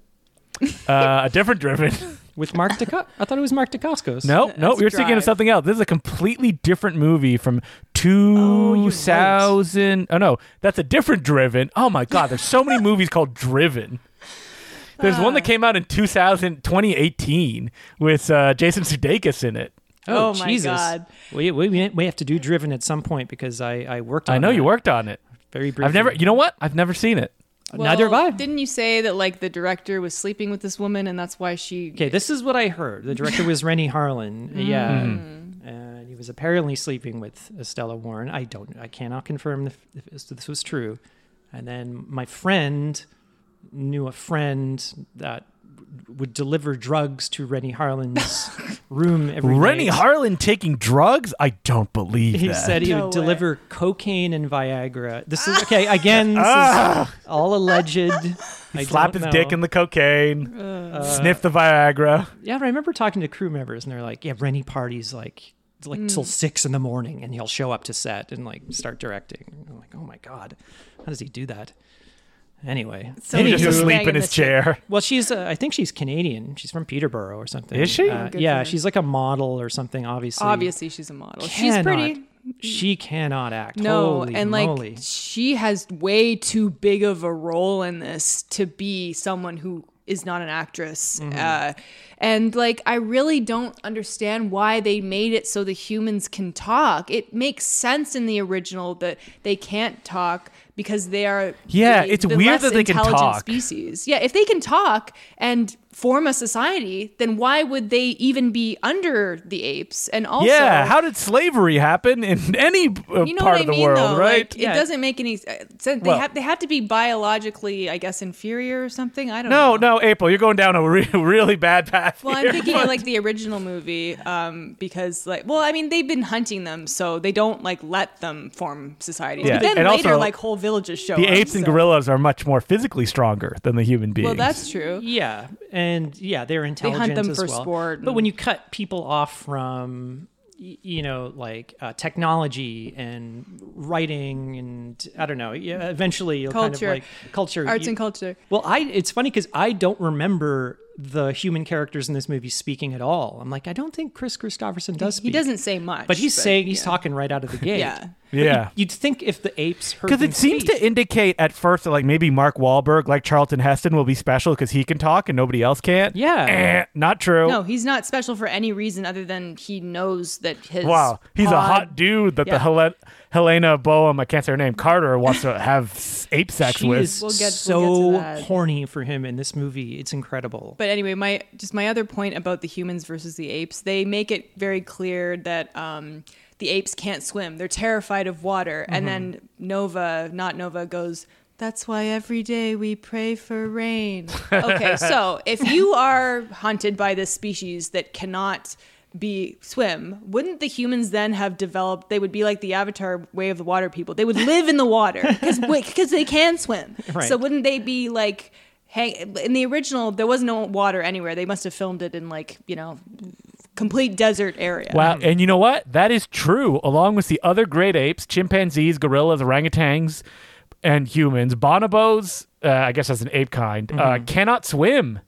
B: uh, a different driven.
C: with mark Daca- i thought it was mark dacascos
B: No, no,
A: That's
B: you're thinking of
A: Drive.
B: something else. This is a completely different movie from
C: Oh,
B: 2000. Oh no, that's a different Driven. Oh my God, there's so
C: *laughs*
B: many movies called Driven. There's one that
C: Ah.
B: came out in 2000, 2018 with uh, Jason Sudeikis in it.
C: oh,
A: Oh my
C: jesus
A: God.
C: We, we we have to do driven at some point because i i worked on
B: I know
C: that
B: you worked on it.
C: very briefly
B: I've never, you know what? I've never seen it.
C: neither have
A: Well,
C: i
A: Didn't you say that like the director was sleeping with this woman and that's why she?
C: Okay, this is what I heard. The director was Rennie
B: *laughs*
C: Harlan. Yeah.
B: Mm-hmm.
C: And he was apparently sleeping with Estella Warren. I don't, I cannot confirm if, if this- this was true. And then my friend knew a friend that w- would deliver drugs to Rennie
B: *laughs*
C: Harlan's room every
B: Rennie
C: night.
B: Harlan taking drugs? I don't believe
C: He
B: that.
C: said he
A: No
C: would
A: way.
C: deliver cocaine and Viagra.
A: *laughs*
C: This is okay. Again, this is all alleged. I
B: Slap
C: don't
B: Ah! his dick
C: know. Uh,
B: in the cocaine, sniff the Viagra.
C: Yeah, but I remember talking to crew members, and they're like, "Yeah, Rennie parties like it's like
A: Mm.
C: till six in the morning, and he'll show up to set and like start directing." And I'm like, "Oh my god, how does he do that?" Anyway,
A: So
B: He
A: Anywho.
B: just
A: He's
B: asleep in
A: banging
B: his
A: the chick.
B: chair.
C: well, she's uh, I think she's Canadian. She's from Peterborough or something.
B: Is she?
C: Uh,
A: good for
C: yeah,
A: her.
C: she's like a model or something. Obviously,
A: Obviously, she's a model. She's
C: Cannot-
A: pretty.
C: She cannot act.
A: No,
C: Holy
A: and like
C: moly.
A: she has way too big of a role in this to be someone who is not an actress.
B: Mm-hmm.
A: Uh, and like, I really don't understand why they made it so the humans can talk. It makes sense in the original that they can't talk because they are
B: Yeah,
A: the-
B: it's
A: the less
B: weird that they can
A: intelligent
B: talk.
A: Species. Yeah, if they can talk and form a society, then why would they even be under the apes? And also,
B: yeah, how did slavery happen in *laughs* any uh,
A: you know
B: part
A: what I
B: of the
A: mean,
B: world,
A: though?
B: right?
A: Like,
C: Yeah.
A: It doesn't make any uh, sense. They,
B: Well-
A: have, they have to be biologically, I guess, inferior or something. I don't
B: no,
A: know.
B: no, April, you're going down a re- *laughs* really bad path.
A: Well, I'm
B: here.
A: thinking of like the original movie um, because, like, well, I mean, they've been hunting them, so they don't like let them form societies.
B: Yeah.
A: But then
B: And
A: later,
B: also,
A: like, whole villages show
B: the
A: up,
B: apes and
A: so-
B: gorillas are much more physically stronger than the human beings.
A: Well, that's true.
C: Yeah, and yeah, they're intelligent
A: them
C: as
A: for
C: well.
A: sport
C: But
A: and-
C: when you cut people off from, y- you know, like uh, technology and writing and I don't know, yeah, eventually you'll
A: Culture.
C: kind of like culture,
A: Arts
C: you-
A: and culture.
C: Well, I it's funny because I don't remember the human characters in this movie speaking at all. I'm like, I don't think Chris Christopherson does. Speak.
A: He doesn't say much,
C: but he's saying he's
A: yeah.
C: talking right out of the gate.
A: *laughs* Yeah.
B: yeah.
C: You'd think if the apes heard
B: Because
C: them
B: it seems
C: speak-
B: to indicate at first that like maybe Mark Wahlberg, like Charlton Heston, will be special because he can talk and nobody else can't.
C: Yeah.
B: Eh, not true.
A: No, he's not special for any reason other than he knows that his
B: Wow, he's a
A: pod-
B: hot dude that the
A: Yeah.
B: Hel- Helena Boehm, I can't say her name, Carter wants to have s- ape sex
C: She
B: with.
C: is
A: We'll get- we'll get to
C: so
A: that.
C: horny for him in this movie. It's incredible.
A: But anyway, my just my other point about the humans versus the apes, they make it very clear that um, the apes can't swim. They're terrified of water. And then Nova, not Nova, goes. That's why every day we pray for rain. Okay, so if you are hunted by this species that cannot be swim, wouldn't the humans then have developed? They would be like the Avatar way of the water people. They would live in the water because they can swim.
C: Right.
A: So wouldn't they be like hang in the original there was no water anywhere they must have filmed it in like you know complete desert area
B: Wow, and you know what? That is true. Along with the other great apes, chimpanzees, gorillas, orangutans, and humans, bonobos, uh, I guess that's an ape kind, uh, cannot swim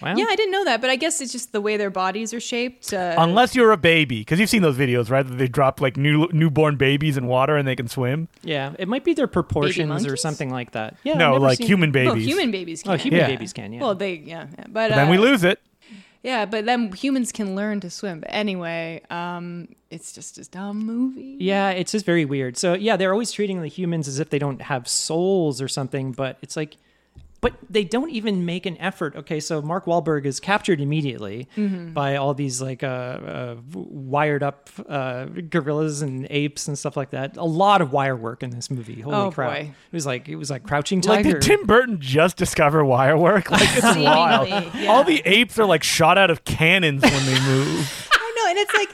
C: Wow.
A: yeah i didn't know that but i guess it's just the way their bodies are shaped uh,
B: unless you're a baby. Because you've seen those videos, right? That They drop like new newborn babies in water and they can swim.
C: Yeah, it might be their proportions or
A: monkeys?
C: something like that. Yeah, I've
B: no,
C: never
B: like
C: seen-
B: human
A: well,
B: babies.
A: human babies can
C: Oh, human
B: Yeah.
C: babies can. Yeah.
A: well they yeah yeah. but,
B: But then
A: uh,
B: we lose it.
A: yeah but then humans can learn to swim but anyway um it's just a dumb movie
C: yeah, it's just very weird. So yeah, they're always treating the humans as if they don't have souls or something, but it's like, but they don't even make an effort. Okay, so Mark Wahlberg is captured immediately
A: Mm-hmm.
C: by all these like uh, uh, wired up uh, gorillas and apes and stuff like that. A lot of wire work in this movie. Holy
A: Oh,
C: crap!
A: boy.
C: It was like it was like crouching
B: Like,
C: tiger.
B: did Tim Burton just discover wire work? Like, it's
A: Seemingly,
B: wild.
A: yeah.
B: All the apes are like shot out of cannons when they move.
A: i know and it's like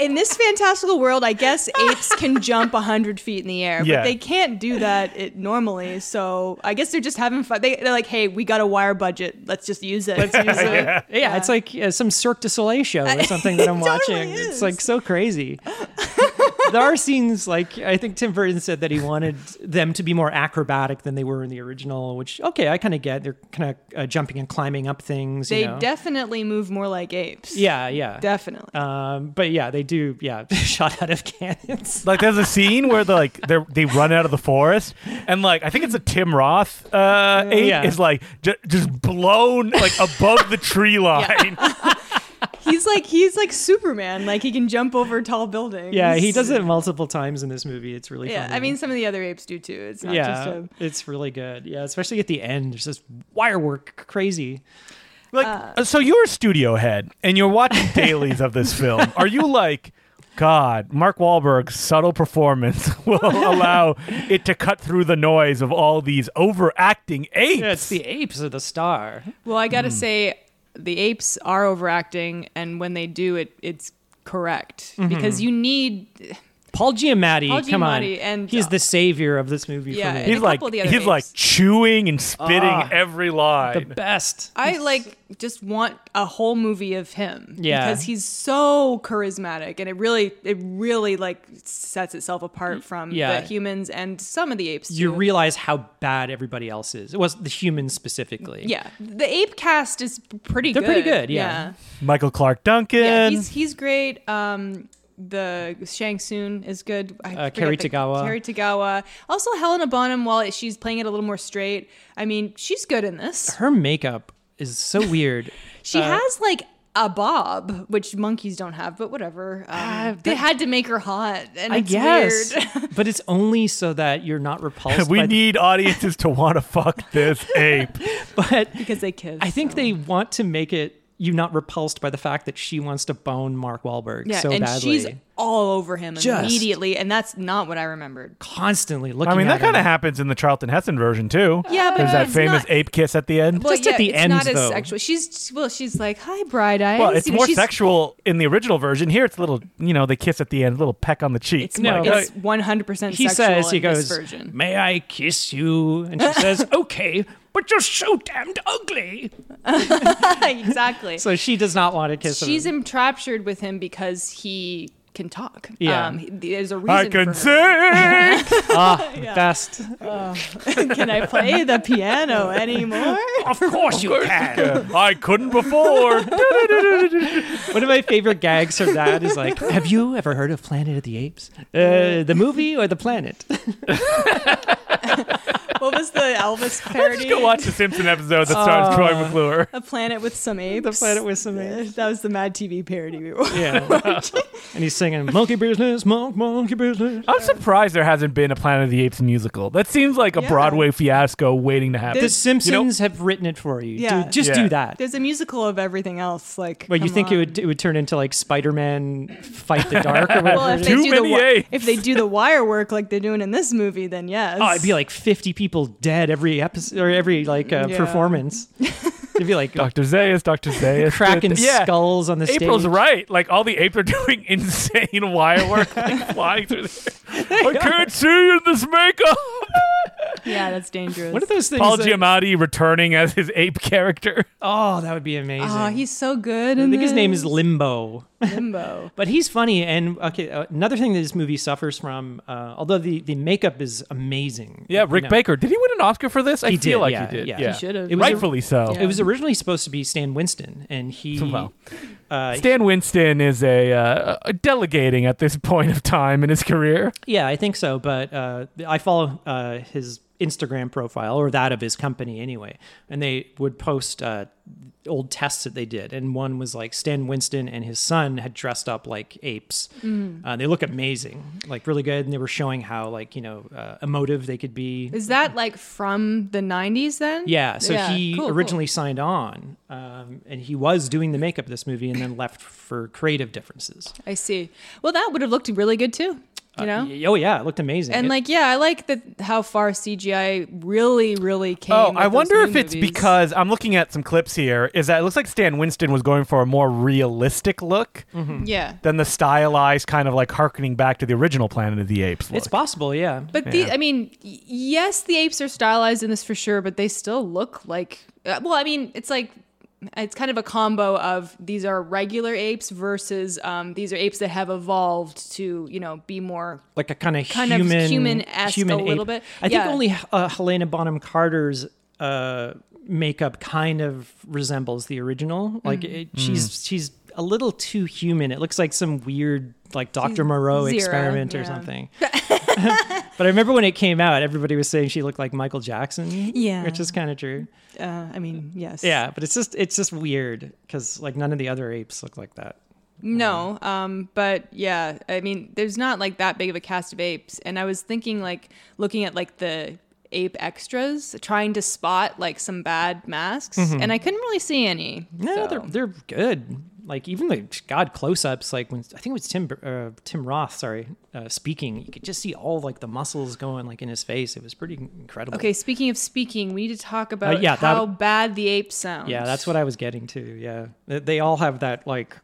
A: in this fantastical world i guess apes
C: *laughs*
A: can jump 100 feet in the air
B: Yeah.
A: but they can't do that it, normally so i guess they're just having fun they, they're like hey we got a wire budget let's just use it let's *laughs* use it
C: yeah, it's like uh, some Cirque du Soleil show or something that I'm
A: *laughs* It totally
C: watching. It's
A: is.
C: like so crazy. there are scenes like I think Tim Burton said that he wanted them to be more acrobatic than they were in the original, which okay, I kind of get. They're kind of uh, jumping and climbing up things. you
A: They
C: know?
A: definitely move more like apes.
C: yeah, yeah,
A: Definitely.
C: um, but yeah, they do. Yeah, *laughs* shot out
A: *laughs*
C: of cannons. *laughs*
B: Like, there's a scene where they're like they they run out of the forest, and like I think it's a Tim Roth uh, ape
C: Yeah.
B: is like j- just blown like above the tree
A: Uh.
B: line.
A: *laughs* he's like he's like Superman. Like he can jump over tall buildings.
C: Yeah, he does it multiple times in this movie. It's really
A: Yeah,
C: funny.
A: I mean some of the other apes do too. It's not
C: Yeah,
A: just a
C: it's really good. Yeah, especially at the end. There's this wire work crazy.
B: Like, so you're a studio head and
A: *laughs*
B: you're watching dailies of this film. Are you like, God, Mark Wahlberg's subtle performance *laughs* will
A: *laughs*
B: allow it to cut through the noise of all these overacting apes?
C: Yeah, it's the apes are the star.
A: Well, I
C: Hmm.
A: gotta say, the apes are overacting, and when they do it, it's correct
C: Mm-hmm.
A: because you need.
C: Paul Giamatti,
A: Paul
C: come on,
A: Giamatti and- uh,
C: he's the savior of this movie
A: Yeah,
C: for me.
A: and
B: he's
A: a
B: like
A: couple of the other
B: he's
A: apes.
B: like chewing and spitting
C: Ah,
B: every
C: The
B: line.
C: best.
A: I like just want a whole movie of him
C: Yeah.
A: because he's so charismatic, and it really, it really like sets itself apart from
C: Yeah.
A: the humans and some of the apes.
C: You
A: too.
C: realize how bad everybody else is. It was the humans specifically.
A: Yeah, the ape cast is pretty.
C: They're
A: good.
C: pretty good, yeah.
B: Michael Clark Duncan.
A: yeah, yeah. He's he's great. Um, the Shang Soon is good. I
C: Uh,
A: forget
C: Kerry
A: the-
C: Tagawa.
A: Kerry Tagawa. Also Helena Bonham, while it- she's playing it a little more straight, I mean, she's good in this.
C: Her makeup
A: *laughs*
C: is so weird.
A: She
C: Uh,
A: has like a bob, which monkeys don't have, but whatever. Um, they had to make her hot, and
C: Ah, I
A: it's
C: guess, *laughs*
A: weird. *laughs*
C: but it's only so that you're not repulsed.
B: *laughs* we
C: by the-
B: need audiences to want to fuck *laughs* this ape.
C: *laughs* but
A: because they kiss.
C: I think they want to make it you not repulsed by the fact that she wants to bone Mark Wahlberg
A: yeah,
C: so
A: and
C: badly,
A: she's all over him
C: Just-
A: immediately, and that's not what I remembered.
C: constantly looking.
B: I mean,
C: at
B: that kind of
C: him.
B: happens in the Charlton Heston version too.
A: Yeah, but
B: there's that
A: it's
B: famous
A: not-
B: ape kiss at the end.
A: Well,
C: Just at
A: yeah,
C: the
A: it's
C: end,
A: not as
C: though.
A: sexual. She's well, she's like, "Hi, bright eyes."
B: Well, it's
A: You know,
B: more
A: she's-
B: sexual in the original version. Here, it's a little, you know, they kiss at the end, a little peck on the cheek.
A: It's
C: No,
A: no,
C: but-
A: it's one hundred percent.
C: Oh, He says, he
A: in this
C: goes,
A: version.
C: *laughs* "May I kiss you?" And she says, "Okay, but you're so damned ugly."
A: *laughs* exactly.
C: So she does not want to kiss
A: she's
C: him.
A: entraptured with him because he can talk.
C: Yeah.
A: um, he- there's a reason.
B: I can
A: for her.
B: sing.
A: *laughs*
C: Ah, best.
A: Can I play
C: *laughs*
A: the piano anymore?
C: Of course you can.
B: I
A: *laughs*
B: couldn't before. *laughs*
C: One of my favorite gags from that is like, "Have you ever heard of Planet of the Apes? Uh, the movie or the planet?"
A: What was the Elvis
B: Just
A: parody?
B: go watch the Simpson episode that stars Troy McClure.
A: A planet with some apes.
C: the planet with some apes.
A: That was the Mad TV parody we were.
C: Yeah. *laughs* and he's singing monkey business, monk, monkey business.
B: I'm surprised there hasn't been a Planet of the Apes musical. That seems like a
A: Yeah.
B: Broadway fiasco waiting to happen.
C: The
A: There's-
C: Simpsons have written it for you.
A: Yeah.
C: Dude, just
B: Yeah.
C: do
A: *laughs*
C: that.
A: There's a musical of everything else. Like,
C: But you
A: come
C: think it
A: on.
C: would it would turn into like Spider-Man fight the dark or whatever?
A: Well, if
C: it
A: they
C: is?
B: Too
A: do the
B: many
A: wi-
B: apes.
A: if they do the wire work like they're doing in this movie, then yes.
C: oh, it'd be like 50 people dead every episode or every like uh,
A: Yeah.
C: performance. It'd be like
B: Dr. Zayas, Dr. Zayas.
C: cracking
B: Yeah.
C: skulls on the
B: April's
C: stage.
B: right. Like all the apes are *laughs* doing insane wire work, *laughs* like flying through. The- *laughs* I can't see you in this *laughs* makeup.
A: yeah, that's dangerous.
C: What are those things?
B: Paul
C: that-
B: Giamatti returning as his ape character.
C: oh, that would be amazing.
A: Oh, he's so good.
C: I think his name is Limbo.
A: Limbo.
C: But he's funny, and okay. Uh, another thing that this movie suffers from, uh, although the, the makeup is
B: *laughs*
C: amazing.
B: Yeah, Rick
C: Baker.
B: Baker. Did he win an Oscar for this? I
C: He
B: feel
C: did,
B: like
C: yeah,
B: he did.
C: yeah.
B: Yeah,
C: He
A: should've.
C: It was a-
B: rightfully so.
A: Yeah.
C: It was originally supposed to be Stan Winston, and he.
B: *laughs* Well.
C: uh,
B: Stan Winston is a, uh, a delegating at this point of time in his career.
C: yeah, I think so. But uh, I follow uh, his Instagram profile or that of his company anyway, and they would post uh, old tests that they did, and one was like Stan Winston and his son had dressed up like apes.
A: Mm.
C: Uh, they look amazing, like really good, and they were showing how like you know uh, emotive they could be.
A: Is that like from the 90s then?
C: Yeah, so he
A: cool, cool.
C: originally signed on, um, and he was doing the makeup of this movie, and then left for creative differences.
A: I see. Well, that would have looked really good too, you know?
C: Y- Oh yeah, it looked amazing.
A: and
C: It-
A: like, yeah, I like that how far CGI really, really came.
B: Oh,
A: with
B: I
A: those
B: wonder
A: new
B: if it's
A: movies.
B: because I'm looking at some clips here. Is that it looks like Stan Winston was going for a more realistic look
A: Yeah.
B: than the stylized kind of like harkening back to the original Planet of the Apes. Look.
C: it's possible, yeah.
A: But the, I mean, y- yes, the apes are stylized in this for sure, but they still look like. uh, Well, I mean, it's like it's kind of a combo of these are regular apes versus um, these are apes that have evolved to you know be more.
C: like a kind of
A: Kind of
C: human,
A: human-esque
C: human
A: a little bit.
C: ape. I
A: Yeah.
C: think only uh, Helena Bonham Carter's uh, makeup kind of resembles the
A: Mm.
C: original. Like it, she's she's a little too human. It looks like some weird like Dr. Moreau
A: zero,
C: experiment or
A: yeah. *laughs*
C: something. *laughs* but I remember when it came out, everybody was saying she looked like Michael Jackson.
A: Yeah.
C: which is kind of true.
A: Uh, I mean, yes.
C: Yeah, but it's just it's just weird because like none of the other apes look like that.
A: No,
C: Uh-huh.
A: um, but yeah, I mean, there's not like that big of a cast of apes, and I was thinking like looking at like the ape extras, trying to spot like some bad masks, and I couldn't really see any.
C: Mm-hmm. No,
A: so.
C: they're they're good. Like even the god close-ups, like when I think it was Tim uh, Tim Roth, sorry, uh, speaking, you could just see all like the muscles going like in his face. It was pretty incredible.
A: Okay, speaking of speaking, we need to talk about
C: Uh, yeah, that-
A: how bad the ape sounds.
C: Yeah, that's what I was getting to. Yeah, they, they all have that like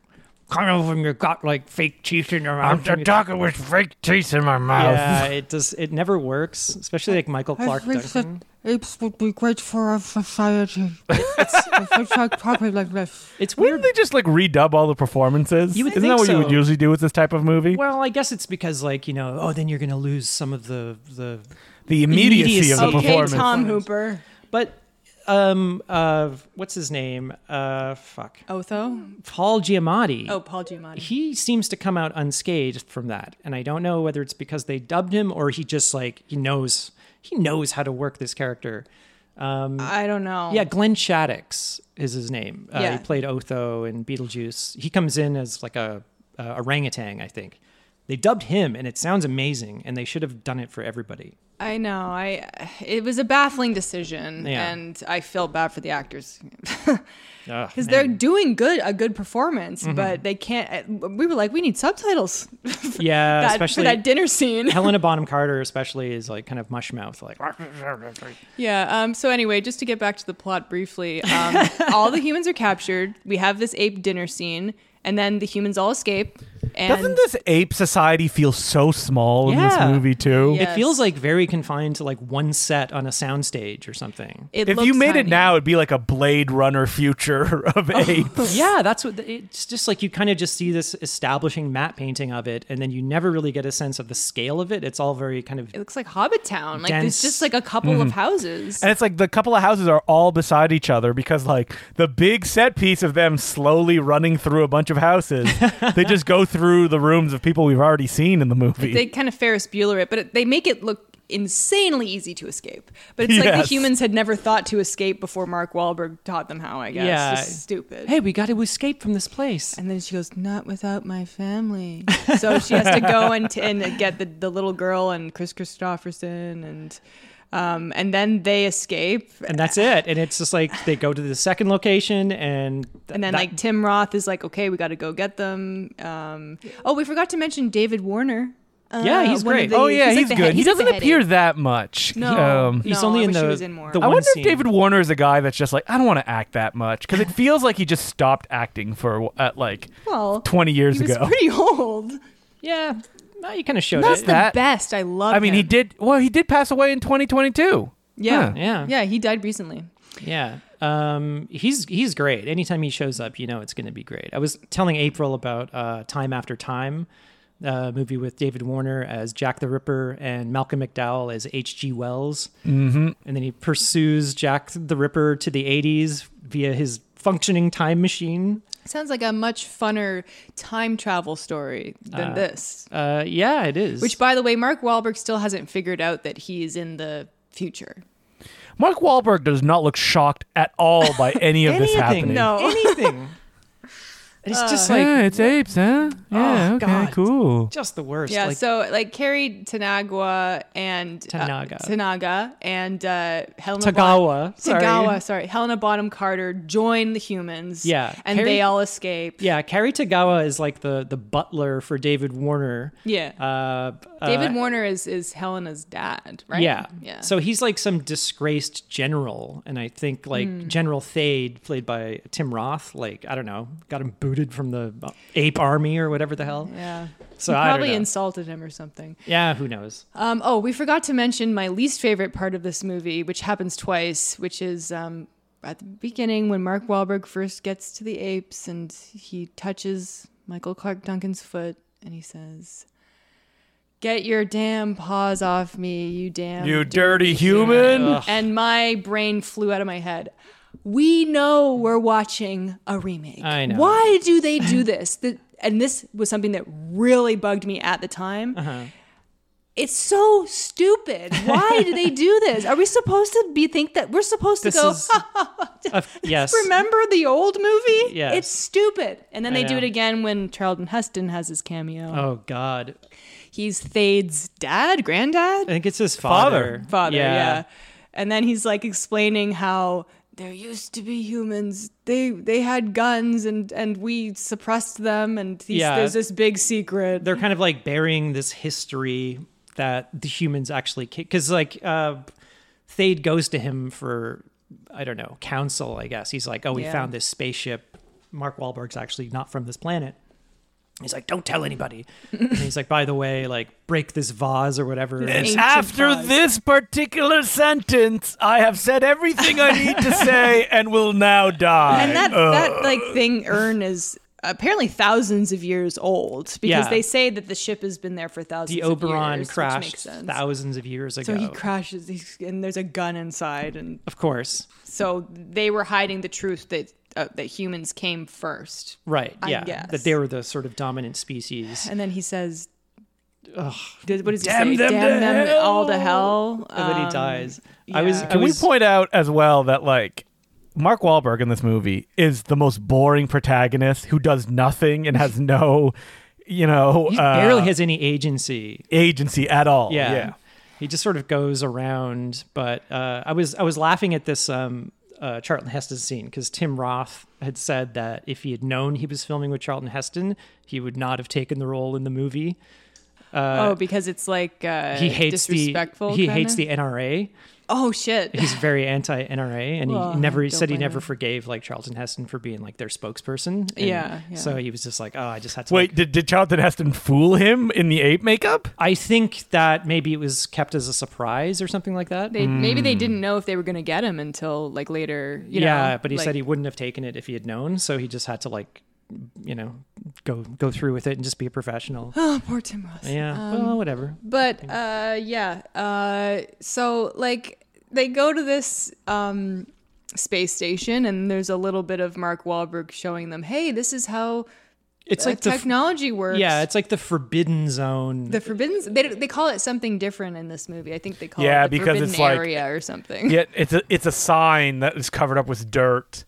C: kind of when you got like fake teeth in your mouth. and you-
B: talking with fake teeth in my mouth. *laughs*
C: Yeah, it does. It never works, especially like Michael Clark. Duncan.
D: apes would be great for our
C: *laughs*
D: society. if we talk properly like this.
C: It's weird.
B: Wouldn't they just like redub all the performances?
C: You would
B: Isn't
C: think
B: that what
C: so.
B: you would usually do with this type of movie?
C: Well, I guess it's because like you know, oh, then you're gonna lose some of the the
B: the immediacy, of the
C: Immediacy.
A: okay,
B: performance.
A: Tom Hooper.
C: But um uh what's his name? Uh fuck.
A: Otho?
C: Paul Giamatti.
A: Oh, Paul Giamatti.
C: He seems to come out unscathed from that. And I don't know whether it's because they dubbed him or he just like he knows he knows how to work this character.
A: I don't know.
C: Mm-hmm. Yeah, Glenn Shaddix is his name. Uh,
A: Yeah.
C: He played Otho in Beetlejuice. He comes in as like a, a orangutan, I think. They dubbed him, and it sounds amazing. And they should have done it for everybody.
A: I know. I it was a baffling decision
C: Yeah.
A: and I feel bad for the actors. *laughs*
C: Ugh,
A: Cuz
C: man.
A: they're doing good a good performance,
B: Mm-hmm.
A: but they can't uh, we were like we need subtitles
B: Uh,
A: *laughs*
C: yeah,
A: that, for *laughs*
C: especially
A: that dinner
B: *laughs*
A: scene.
C: Helena Bonham Carter, especially is like kind of mush mouth, like
A: Yeah. Um, so anyway, just to get back to the plot
B: *laughs*
A: briefly, um, all the humans are captured. We have this ape dinner scene, and then the humans all escape. And
B: Doesn't this ape society feel so small in this
C: Yeah.
B: movie too?
A: Yeah.
C: it
A: Yes.
C: feels like very confined to like one set on a soundstage or something.
A: it
B: If you
A: looks
B: made it
A: tiny.
B: now, it'd be like a Blade Runner future *laughs* of
C: Oh.
B: apes.
C: yeah, that's what it's just like. You kind of just see this establishing matte painting of it, and then you never really get a sense of the scale of it. It's all very kind of
A: it looks like Hobbit Town. Like
C: Dense.
A: there's just like a couple of houses.
B: Mm-hmm. And it's like the couple of houses are all beside each other because like the big set piece of them slowly running through a bunch
A: *laughs*
B: of houses. they just go through the rooms of people we've already seen in the movie.
A: they kind of Ferris Bueller it, but it, they make it look insanely easy to escape. But it's like the
B: Yes.
A: humans had never thought to escape before Mark Wahlberg taught them how. I guess.
C: Yeah.
A: Just stupid.
C: hey, we got to escape from this place.
A: And then she goes, "Not without my family." so she has to go and and get the, the little girl and Chris Christopherson and um, and then they escape.
C: And that's it. And it's just like they go to the second location, and th-
A: And then
C: that-
A: like Tim Roth is like, "Okay, we got to go get them." Um, oh, we forgot to mention David Warner. Uh,
C: Yeah, he's
A: one of
C: great.
A: the-
B: oh yeah, he's,
A: like the
B: good.
A: head-
B: he
A: he's like
B: doesn't
A: the
B: appear
A: headache.
B: that much.
A: No,
B: Um,
A: no,
C: He's only
A: I
C: in
A: wish he
C: the-
A: was in more.
C: the
B: I
C: one
B: wonder
C: scene.
B: if David Warner is a guy that's just like I don't want to act that much because it feels like he just stopped acting for uh, like
A: well,
B: 20 years
A: he was
B: ago.
A: pretty old.
C: yeah, no, you kind of showed
A: That's
C: it.
A: the
B: That-
A: best. I love.
B: I mean, he
A: him.
B: did well. He did pass away in 2022.
A: Yeah.
B: Huh.
C: yeah,
A: Yeah, he died recently.
C: Yeah. Um, he's he's great. Anytime he shows up, you know it's going to be great. I was telling April about uh, Time After Time, uh, movie with David Warner as Jack the Ripper and Malcolm McDowell as H.G. Wells. Mm-hmm. And then he pursues Jack the Ripper to the 80s via his functioning time machine.
A: Sounds like a much funner time travel story than this.
C: Uh, yeah, it is.
A: Which, by the way, Mark Wahlberg still hasn't figured out that he is in the future.
B: Mark Wahlberg does not look shocked at all by any
A: *laughs*
B: of this
C: anything,
B: happening.
A: No. *laughs* Uh,
C: anything. it's just
B: yeah,
C: like
B: it's apes, huh? Yeah,
C: Oh,
B: okay,
C: God.
B: cool.
C: just the worst.
A: Yeah,
C: like,
A: so like Carrie Tanagua and uh,
C: Tanaga.
A: Tanaga and uh, Helena
C: Tagawa,
A: Bon-
C: sorry.
A: Tagawa, sorry, Helena Bonham Carter join the humans.
C: Yeah,
A: and
C: Carrie-
A: they all escape.
C: yeah, Carrie Tagawa is like the the butler for David Warner.
A: Yeah,
C: Uh,
A: David
C: uh,
A: Warner is is Helena's dad, right?
C: Yeah.
A: yeah.
C: So he's like some disgraced general. And I think like
A: Hmm.
C: General Thade, played by Tim Roth, like, I don't know, got him booted from the uh, ape army or whatever the hell.
A: yeah,
C: So
A: He
C: I
A: probably
C: don't know.
A: insulted him or something.
C: yeah, who
A: *laughs*
C: knows?
A: Um, oh, we forgot to mention my least favorite part of this movie, which happens twice, which is um, at the beginning when Mark Wahlberg first gets to the apes and he touches Michael Clark Duncan's foot and he says, Get your damn paws off me, you damn.
B: You dirty human.
A: And my brain flew out of my head. We know we're watching a remake.
C: I know.
A: Why do they do this? The, and this was something that really bugged me at the time.
C: Uh-huh.
A: It's so stupid. Why do they do this? Are we supposed to be think that we're supposed to
C: This
A: go?
C: is. a- yes.
A: Remember the old movie?
C: Yes.
A: It's stupid. And then
C: I
A: they do
C: know.
A: it again when Charlton Heston has his cameo.
C: Oh, God.
A: He's Thade's dad, granddad?
C: I think it's his
B: Father.
C: father.
A: father. Yeah. And then he's like explaining how there used to be humans. They they had guns and and we suppressed them. And these,
C: Yeah.
A: there's this big secret.
C: They're kind of like burying this history that the humans actually. Because, like, uh, Thade goes to him for I don't know counsel. I guess he's like, "Oh, we
A: Yeah.
C: found this spaceship. Mark Wahlberg's actually not from this planet." He's like, "Don't tell anybody." and he's like, "By the way, like break this vase or whatever." And
B: And
A: Ancient
B: after
A: vibes.
B: this particular sentence, I have said
C: *laughs*
B: everything I need to say and will now die.
A: and that that like thing Ern is. apparently thousands of years old because
C: Yeah.
A: they say that the ship has been there for thousands
C: The
A: of
C: Oberon
A: years, which
C: crashed
A: makes sense.
C: thousands of years ago.
A: so he crashes he's, and there's a gun inside and
C: of course.
A: so they were hiding the truth that uh, that humans came first
C: Right.
A: I
C: Yeah.
A: guess.
C: That they were the sort of dominant species.
A: and then he says Did- what does he
B: Damn
A: say
B: them to
A: damn them
B: hell!"
A: all to hell
C: And then he
A: Um,
C: dies. I was.
A: yeah.
C: I
B: Can
C: was,
B: we point out as well that like Mark Wahlberg in this movie is the most boring protagonist who does nothing and has no, you know,
C: He
B: uh,
C: barely has any agency.
B: agency at all.
C: Yeah.
B: Oh, yeah.
C: He just sort of goes around, but uh, I was I was laughing at this um, uh, Charlton Heston scene because Tim Roth had said that if he had known he was filming with Charlton Heston, he would not have taken the role in the movie.
A: oh because it's like uh,
C: uh, He hates the
A: disrespectful
C: he
A: kinda?
C: hates the NRA.
A: oh shit
C: He's very anti NRA, and
A: Well,
C: he never he
A: don't
C: said he
A: blame
C: never
A: him.
C: forgave like Charlton Heston for being like their spokesperson. And
A: Yeah, yeah.
C: So he was just like, oh, I just had to
B: Wait,
C: like-
B: did, did Charlton Heston fool him in the ape makeup?
C: I think that maybe it was kept as a surprise or something like
A: *laughs*
C: that.
A: They, Maybe they didn't know if they were going to get him until like later. You
C: Mm. yeah,
A: know,
C: but he
A: like-
C: said he wouldn't have taken it if he had known, so he just had to like, you know, go go through with it and just be
A: *laughs*
C: a professional.
A: Oh, poor Tim Roth.
C: yeah,
A: Um,
C: well, whatever.
A: But uh, yeah, uh, so like they go to this um, space station, and there's a little bit of Mark Wahlberg showing them, "Hey, this is how
C: It's
A: uh,
C: like the f-
A: technology works."
C: yeah, it's like the forbidden zone.
A: the forbidden. They, they call it something different in this movie. I think they call
B: Yeah,
A: it the
B: because
A: forbidden
B: it's like-
A: area or something.
B: Yet it's a it's a sign that is covered up with dirt,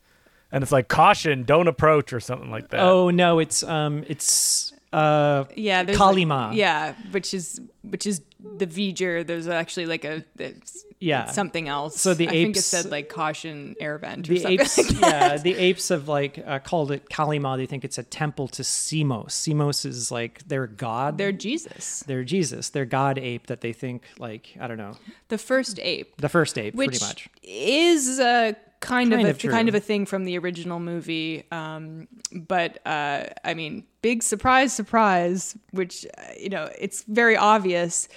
B: and it's like caution, don't approach, or something like that.
C: oh no, it's um, it's uh,
A: *laughs* yeah there's
C: Kalima.
A: like- yeah which is which is the v'ger there's actually like a it's-
C: Yeah.
A: it's something else
C: So the
A: i think it
C: apes-
A: said like caution air vent or
C: the
A: something *laughs*
C: apes. yeah, the apes have like uh, called it Kalima. They think it's a temple to Semos. Semos is like their god.
A: they're jesus
C: their Jesus, their god ape that they think like I don't know,
A: the first ape
C: the first ape,
A: which
C: pretty much.
A: is a kind,
C: Kind
A: of,
C: of
A: a kind
C: true.
A: of a thing from the original movie um, but uh, i mean big surprise surprise which uh, you know it's very obvious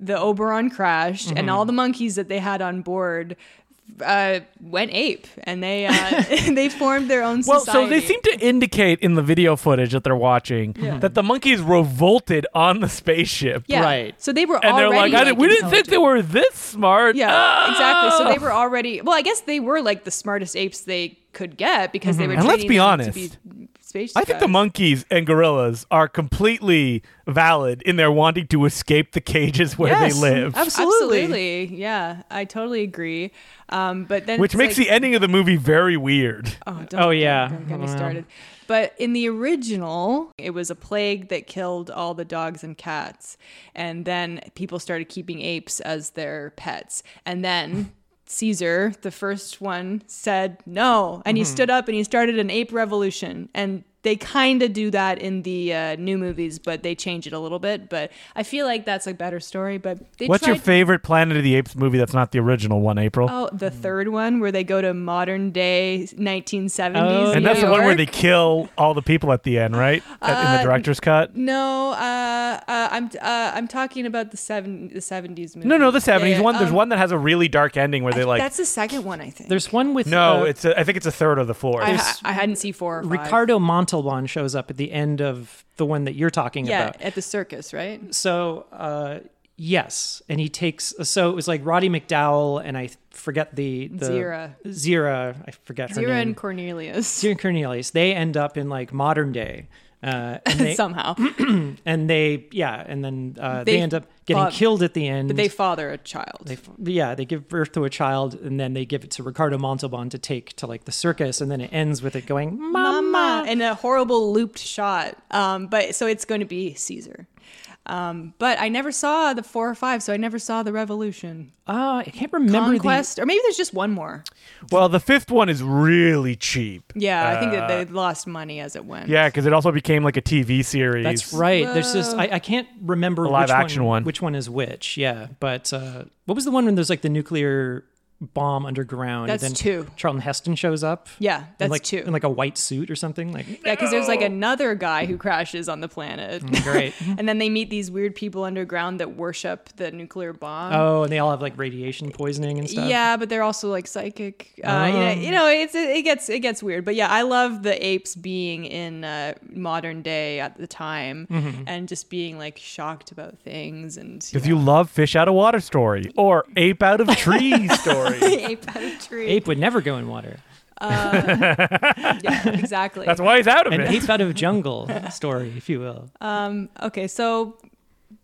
A: the oberon crashed
B: Mm-hmm.
A: and all the monkeys that they had on board uh, went ape and they uh, *laughs* they formed their own
B: Well,
A: society.
B: so they seem to indicate in the video footage that they're watching that the monkeys revolted on the spaceship.
A: yeah.
C: right.
A: so they were
B: And they're
A: already
B: like, I didn't, we didn't think they
A: intelligent.
B: were this smart.
A: yeah
B: Ah!
A: exactly so they were already well i guess they were like the smartest apes they could get because they were
B: Mm-hmm. And let's
A: training
B: be
A: them
B: honest.
A: to be space
B: I think the
A: guys.
B: monkeys and gorillas are completely valid in their wanting to escape the cages where
C: Yes,
B: they live,
C: Absolutely.
A: Absolutely. Yeah, I totally agree. Um, but then
B: which
A: it's
B: makes
A: like-
B: the ending of the movie very weird.
A: oh, don't,
C: Oh, yeah.
A: don't get me started. But in the original, it was a plague that killed all the dogs and cats, and then people started keeping apes as their pets, and then. Caesar, the first one, said no, and he
B: Mm-hmm.
A: stood up and he started an ape revolution. And they kind of do that in the uh, new movies, but they change it a little bit. But I feel like that's a better story. But they
B: What's your
A: tried to-
B: favorite Planet of the Apes movie that's not the original one, April?
A: Oh, the third one where they go to modern day 1970s.
C: Oh,
B: and
A: New
B: that's the one where they
A: York?
B: kill all the people at the end, right? At- in the director's cut.
A: No, uh, uh, I'm uh, I'm talking about the seven the 70s movie.
B: No, no, the seventies
A: Yeah,
B: one. There's
A: um,
B: one that has a really dark ending where
A: I
B: they
A: think
B: like.
A: that's the second one, I think.
C: There's one with
B: no,
C: uh,
B: it's. A, I think it's a third of the fourth.
A: I, ha- I hadn't seen four or five.
C: Ricardo Montalban shows up at the end of the one that you're talking
A: Yeah,
C: about.
A: at the circus, right?
C: So, uh, yes, and he takes. So it was like Roddy McDowell and I forget the, the
A: Zira.
C: Zira, I forget her
A: Zira
C: name.
A: and Cornelius
C: Zira and Cornelius. They end up in like modern day, uh,
A: *laughs*
C: and, they,
A: somehow.
C: and they yeah, and then uh, they,
A: They
C: end up getting
A: fought-
C: killed at the end.
A: But they father a child.
C: they f- yeah they give birth to a child and then they give it to ricardo montalban to take to like the circus and then it ends with it going mama,
A: Mama and a horrible looped shot. Um, but so it's going to be Caesar. Um, but I never saw the four or five, so I never saw the revolution.
C: oh i can't remember
A: Conquest, or maybe there's just one more.
B: well, the fifth one is really cheap.
A: Yeah, I think that they lost money as it went.
B: Yeah, because it also became like a TV series.
C: the that's right there's this I, I can't remember
B: live
C: which
B: action one.
C: which one is which yeah but uh what was the one when there's like the nuclear bomb underground.
A: That's
C: and then
A: two.
C: Charlton Heston shows up.
A: Yeah,
C: in,
A: that's
C: like,
A: two.
C: In like a white suit or something. Like
A: *laughs*
C: *laughs*
A: Yeah, because there's like another guy who crashes on the planet.
C: great.
A: and then they meet these weird people underground that worship the nuclear bomb.
C: oh, and they all have like radiation poisoning and stuff. Oh.
A: Yeah, but they're also like psychic. Uh, you, know, you know, it's it, it gets it gets weird. But yeah, I love the apes being in uh, modern day at the time
C: Mm-hmm.
A: and just being like shocked about things and
B: If you love fish out of water story or
A: *laughs*
B: ape out of tree story.
A: ape out of tree.
C: Ape would never go
B: *laughs*
C: in water.
A: Yeah, exactly.
B: That's why he's out of
C: An
B: it.
C: ape out of jungle *laughs* story, if you
A: *laughs*
C: will.
A: okay, so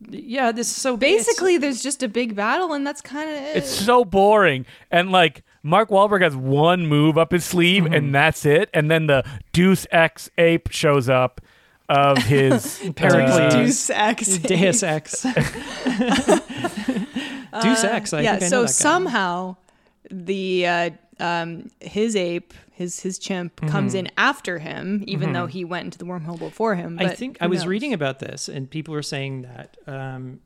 C: yeah, this so
A: basically, there's just a big battle, and that's kind of
B: It's so boring. And like Mark Wahlberg has one move up his sleeve
A: Mm-hmm.
B: and that's it. And then the Deuce X ape shows up of his
C: Pericles.
B: uh,
A: Deuce Ex. *laughs*
C: Deus Ex. *laughs* Deus Ex. I
A: Uh, yeah.
C: think I know
A: so
C: that guy.
A: somehow the uh, um, his ape, his his chimp,
C: Mm-hmm.
A: comes in after him, even though he went into the wormhole before him.
C: I
A: but
C: think
A: who
C: I was
A: knows?
C: reading about this, and people were saying that um,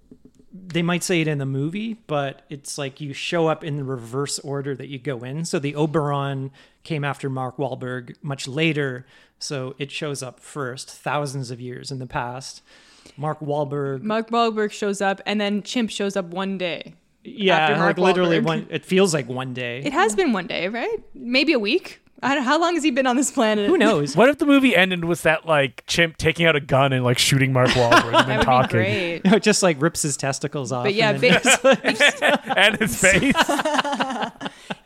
C: they might say it in the movie, but it's like you show up in the reverse order that you go in. So the Oberon came after Mark Wahlberg much later, so it shows up first, thousands of years in the past. Mark Wahlberg,
A: Mark Wahlberg shows up, and then Chimp shows up one day.
C: yeah,
A: after
C: like
A: Mark
C: literally
A: Wahlberg.
C: one. It feels like one day.
A: *laughs* It has been one day, right? Maybe a week. I don't, how long has he been on this planet?
C: Who knows?
B: *laughs*
C: *laughs*
B: What if the movie ended with that like chimp taking out a gun and like shooting Mark
A: *laughs*
B: Wahlberg and
A: That
B: then
A: would
B: talking
A: be
C: *laughs*
A: great.
C: No, it just like rips his testicles off.
A: But yeah,
C: and then-
A: ba-
B: and
A: *laughs*
B: his face?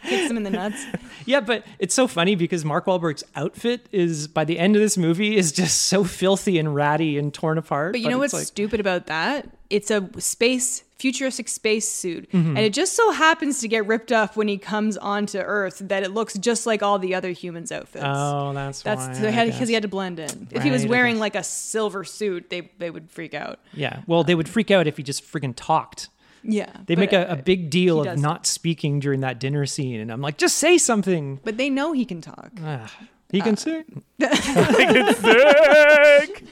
A: kicks him in the nuts.
C: yeah, but it's so funny because Mark Wahlberg's outfit is by the end of this movie is just so filthy and ratty and torn apart.
A: But you know
C: it's
A: what's stupid about that? It's a space futuristic space suit,
C: Mm-hmm.
A: and it just so happens to get ripped up when he comes onto Earth that it looks just like all the other humans' outfits.
C: Like, oh, that's why,
A: That's
C: I
A: because he
C: guess.
A: had to blend in. if he was
C: Right, I
A: wearing
C: guess.
A: like a silver suit, they they would freak out.
C: Yeah, well, they would freak out if he just freaking talked.
A: Yeah,
C: They
A: but- uh,
C: make a, a big deal
A: he
C: of
A: does.
C: not speaking during that dinner scene, and I'm like, just say something.
A: But they know he can talk.
C: Ugh. He
A: Uh,
C: can say.
A: *laughs*
B: Sick.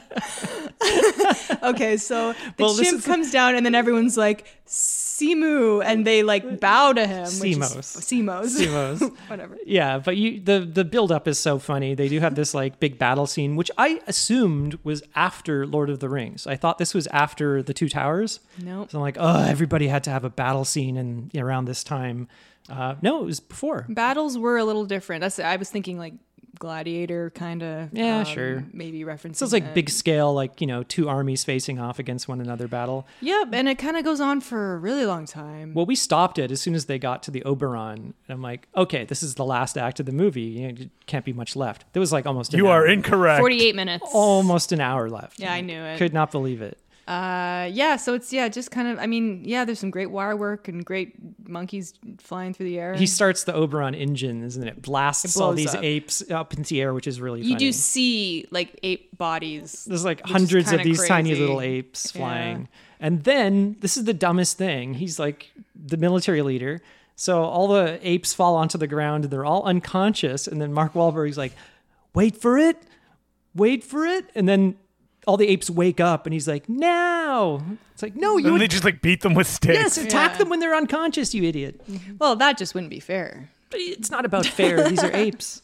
A: *laughs* Okay,
C: *laughs*
A: so the
C: Well, this
A: chimp
C: is-
A: comes down, and then everyone's like Simu, and they like bow to him. which is-
C: Simos.
A: Simos.
C: Simos.
A: *laughs*
C: *laughs*
A: Whatever.
C: Yeah, but you the the build up is so funny. They do have this like big battle scene, which I assumed was after Lord of the Rings. I thought this was after the Two Towers.
A: Nope.
C: So I'm like, oh, everybody had to have a battle scene in around this time. Uh, no, it was before.
A: battles were a little different. That's I was thinking like gladiator kind of.
C: Yeah, sure.
A: Maybe references.
C: So it's like big scale, like you know, two armies facing off against one another battle.
A: Yep, and it kind of goes on for a really long time.
C: Well, we stopped it as soon as they got to the Oberon, and I'm like, okay, this is the last act of the movie. You know, can't be much left. There was like almost an
B: You
C: hour,
B: are incorrect.
A: Forty-eight minutes.
C: almost an hour left.
A: Yeah, I knew it.
C: Could not believe it.
A: Uh, yeah, so it's yeah, just kind of. I mean, yeah, there's some great wire work and great monkeys flying through the air.
C: He starts the Oberon engine, isn't it? Blasts
A: It
C: all
A: blows
C: these
A: up.
C: apes up into the air, which is really
A: you
C: funny.
A: do see like ape bodies.
C: There's like
A: which is
C: hundreds of
A: kinda
C: these tiny
A: crazy.
C: little apes
A: Yeah.
C: flying. And then this is the dumbest thing. He's like the military leader. So all the apes fall onto the ground and they're all unconscious. And then Mark Wahlberg's like, wait for it, wait for it. And then all the apes wake up and he's like, now. It's like, no, you
B: And
C: would
B: they just like beat them with sticks.
C: yes, attack
A: Yeah.
C: them when they're unconscious, you idiot.
A: Well, that just wouldn't be fair.
C: But it's not about fair. These are apes.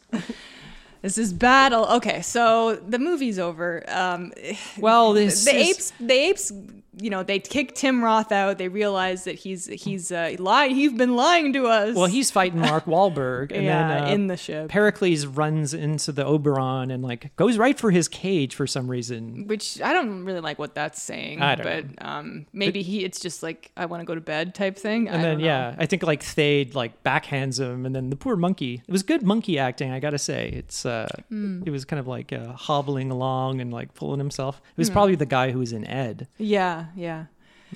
A: This is battle. Okay, so the movie's over. Um,
C: Well, this
A: the
C: is-
A: apes the apes you know they kick tim roth out they realize that he's he's uh lied he's been lying to us
C: Well, he's fighting Mark Wahlberg, and
A: yeah
C: then uh,
A: in the ship
C: Pericles runs into the Oberon and like goes right for his cage for some reason.
A: which i don't really like what that's saying
C: I don't
A: but um maybe he it's just like i want to go to bed type thing
C: And then yeah, I think like Thade like backhands him, and then the poor monkey. It was good monkey acting, I gotta say. It's uh, it was kind of like uh, hobbling along and like pulling himself. It was probably the guy who was in Ed.
A: yeah yeah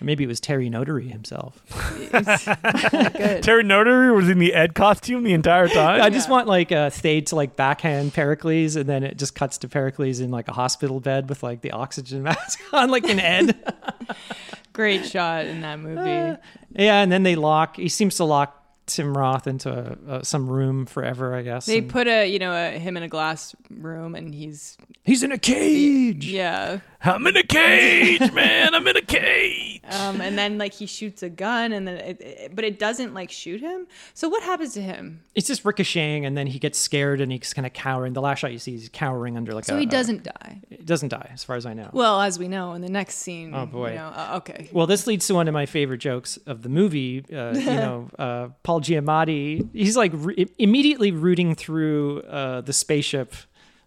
C: Maybe it was Terry Notary himself. *laughs*
A: good
B: Terry Notary was in the Ed costume the entire time.
C: I just want like uh, Thade to like backhand Pericles, and then it just cuts to Pericles in like a hospital bed with like the oxygen *laughs* mask on, like in Ed.
A: great shot in that
C: Uh,
A: movie
C: Yeah, and then they lock. He seems to lock Tim Roth into uh, some room forever, I guess.
A: they
C: and
A: put a you know a, him in a glass room and he's
C: he's in a cage.
A: yeah
B: I'm in
A: *laughs*
B: a cage, man. I'm in a cage.
A: Um, and then like he shoots a gun, and then it, it- but it doesn't like shoot him. So what happens to him?
C: It's just ricocheting, and then he gets scared and he's kind of cowering. The last shot you see, he's cowering under like a.
A: So he
C: a-
A: doesn't die.
C: It doesn't die, as far as I know. Well,
A: Well, as we know in the next scene.
C: Oh, boy.
A: You know, uh, okay.
C: this leads to one of my favorite jokes of the movie. Uh, you
A: *laughs*
C: know, uh, Paul Giamatti. He's like re- immediately rooting through uh, the spaceship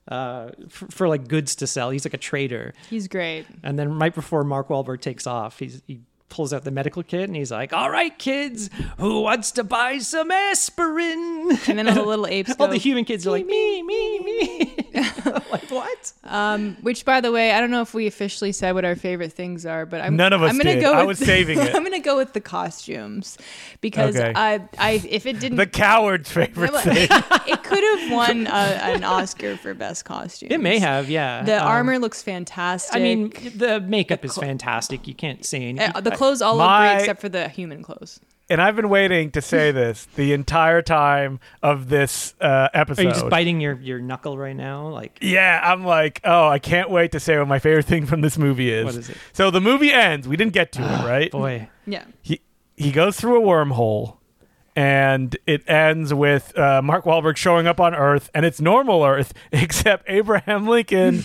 C: uh, for, for like goods to sell. He's like a trader,
A: He's
B: *laughs*
A: great.
C: and then right before Mark Wahlberg takes off, he's he pulls out the medical kit and he's like, "All right, kids, who wants to buy some aspirin?"
A: And then all the little apes.
C: *laughs* All
A: go,
C: the human kids are like, "Me, me, me." *laughs* like what?
A: Um, which, by the way, I don't know if we officially said what our favorite things are, but I'm
B: None of us
A: I'm gonna
B: did.
A: Go
B: I
A: with-
B: was
A: *laughs*
B: saving it.
A: I'm gonna go with the costumes because
B: Okay.
A: I, I, if *laughs* it didn't,
B: The coward's favorite thing.
A: *laughs* it could have won a,
B: *laughs*
A: an Oscar for best costume.
C: It may have, yeah.
A: The
C: Um,
A: armor looks fantastic.
C: I mean, the makeup is fantastic. You can't say anything.
A: Uh, the clothes all look
B: My-
A: great except for the human clothes.
B: And I've been waiting to say this the entire time of this uh, episode.
C: Are you just biting your, your knuckle right now? Like,
B: Yeah, I'm like, oh, I can't wait to say what my favorite thing from this movie is.
C: What is it?
B: So the movie ends. We didn't get to
C: *sighs*
B: it, right?
C: boy,
A: Yeah.
B: He he goes through a wormhole, and it ends with uh, Mark Wahlberg showing up on Earth, and it's normal Earth, *laughs* except Abraham
C: *laughs*
B: Lincoln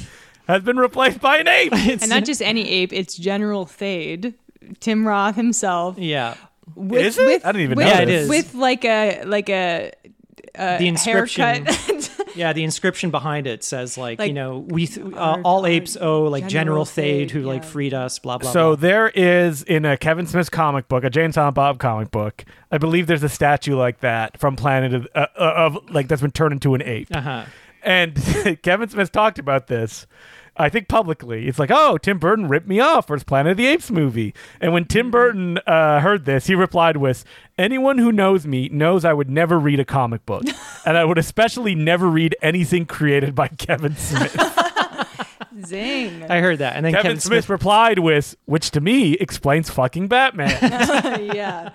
B: has been replaced by an ape. *laughs*
C: it's
A: And not just any ape, it's General Thade, Tim Roth himself.
C: *laughs* yeah.
A: With,
B: Is it? I didn't even
A: with,
B: know
C: Yeah, it this. is.
A: With like a like a uh,
C: The inscription.
A: haircut. *laughs*
C: Yeah, the inscription behind it says like,
A: Like,
C: you know we th- uh,
A: our-
C: all
A: our
C: apes owe like General,
A: General
C: Thade
A: Thade,
C: who like
A: yeah.
C: freed us. Blah blah.
B: So
C: blah.
B: there is in a Kevin Smith comic book, a Jane Silent Bob comic book. I believe there's a statue like that from Planet of, uh, of like that's been turned into an ape.
C: uh-huh.
B: And *laughs* Kevin Smith talked about this, I think publicly. It's like, oh, Tim Burton ripped me off for his Planet of the Apes movie. And when Tim Burton uh, heard this, he replied with, "Anyone who knows me knows I would never read a comic *laughs* book, and I would especially never read anything created by Kevin Smith." *laughs*
A: Zing.
C: I heard that, and then
B: Kevin, Smith, replied with, "Which to me explains fucking Batman."
A: *laughs* yeah.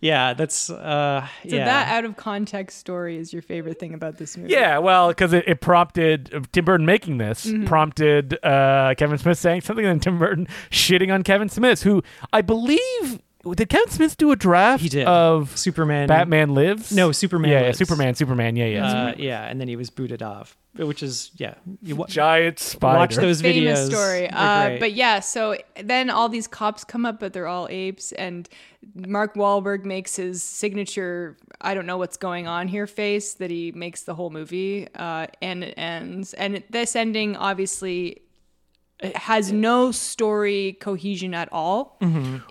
C: Yeah, that's uh,
A: So
C: yeah.
A: that out of context story is your favorite thing about this movie.
B: yeah, well, because it, it prompted uh, Tim Burton making this prompted uh, Kevin Smith saying something, and then Tim Burton shitting on Kevin Smith, who I believe did Kevin Smith do a draft
C: he did
B: of
C: Superman
B: Batman Lives?
C: No, Superman
B: Yeah, yeah,
C: Lives.
B: Superman, Superman. Yeah, yeah.
C: Uh, yeah, and then he was booted off, which is yeah. You wa-
B: Giant spider.
C: watch those
A: Famous
C: videos.
A: story.
C: They're
A: Uh,
C: great.
A: but yeah, so then all these cops come up, but they're all apes, and Mark Wahlberg makes his signature "I don't know what's going on here" face that he makes the whole movie, uh, and it ends. And it- this ending obviously has no story cohesion at all.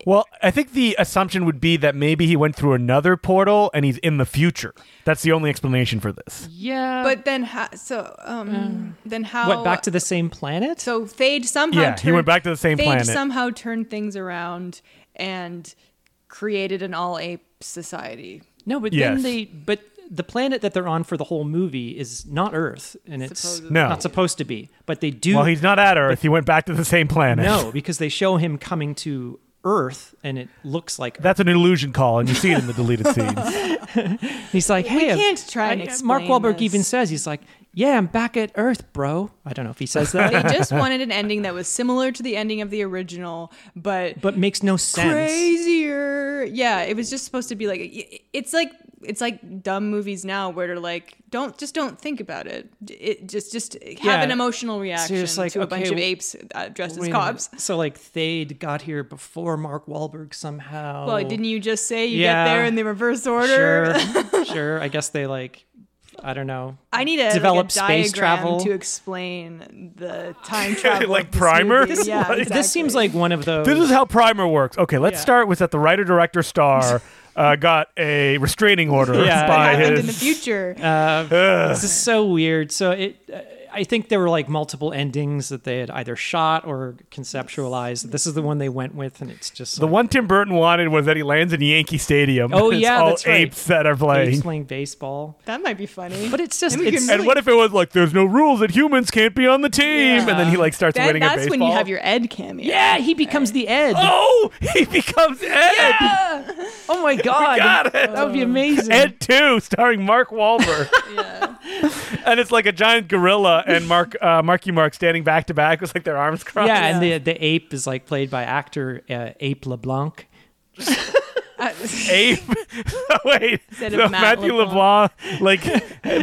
B: Well, I think the assumption would be that maybe he went through another portal and he's in the future. That's the only explanation for this.
C: yeah, oh.
A: But then, ha- so um, then how?
C: what Oh. back to the same planet?
A: So Thade somehow
B: Yeah,
A: turned,
B: he went back to the same
A: Thade
B: planet.
A: somehow turned things around and created an all ape society.
C: No, but
B: Yes.
C: then they but the planet that they're on for the whole movie is not Earth, and it's
A: Supposedly.
B: No.
C: not supposed to be. But they do
B: Well, he's not at Earth. He went back to the same planet. *laughs*
C: no because they show him coming to Earth, and it looks like
B: That's an illusion call, and you see it in the *laughs* deleted scenes.
C: he's like, hey, I'm-
A: can't try and
C: I- Mark
A: explain
C: Wahlberg
A: this.
C: even says he's like, yeah, I'm back at Earth, bro. I don't know if he says *laughs*
A: They
C: that,
A: just wanted an ending that was similar to the ending of the original, but,
C: but makes no sense.
A: crazier. Yeah, it was just supposed to be like it- it's like it's like dumb movies now where they're like don't just don't think about it. It just just have
C: Yeah.
A: an emotional reaction
C: just like,
A: to a bunch
C: okay,
A: of
C: w-
A: apes uh, dressed
C: Wait
A: as
C: a
A: cops.
C: minute. So like Thade got here before Mark Wahlberg somehow.
A: Well, didn't you just say you
C: Oh. Yeah.
A: get there in the reverse order?
C: Sure, *laughs* sure. I guess they like, I don't *laughs* know.
A: *laughs* I need to
C: Develop
A: develop like a
C: space
A: space
C: travel.
A: travel to explain the time travel,
B: Like
A: of this
B: Primer?
A: movie.
B: This-
A: yeah,
B: like-
A: exactly.
C: This seems like one of those.
B: this is how Primer works. Okay, let's
C: Yeah.
B: start with that the writer director
C: *laughs*
B: star uh, got a restraining order
C: Yeah.
A: what
B: by
A: happened
B: his.
A: in the future.
C: uh, This is so weird. So it, uh, I think there were like multiple endings that they had either shot or conceptualized. This is the one they went with, and it's
B: *laughs*
C: just
B: The
C: like,
B: one Tim Burton wanted was that he lands in Yankee Stadium. *laughs*
C: Oh,
B: It's
C: yeah,
B: all
C: that's right.
B: apes that are
C: apes
B: playing.
C: playing baseball.
A: that might be funny.
C: But it's just
A: Then we
C: it's,
A: can
B: And what if it was like, there's no rules that humans can't be on the team, and then he like starts
A: then
B: winning
A: that's
B: a
A: when
B: baseball.
A: you have your Ed cameo. *laughs*
C: yeah, he becomes the Ed. Oh,
B: Oh, he becomes Ed.
C: my god,
B: got it.
C: that would be amazing. *laughs*
B: Ed Two, starring Mark Wahlberg. and it's like a giant gorilla and Mark uh, Marky Mark standing back to back with like their arms crossed.
C: yeah, and the the ape is like played by actor uh, Ape LeBlanc.
A: *laughs*
B: ape. *laughs* Wait,
A: Instead of
B: so
A: Matt
B: Matthew LeBlanc, like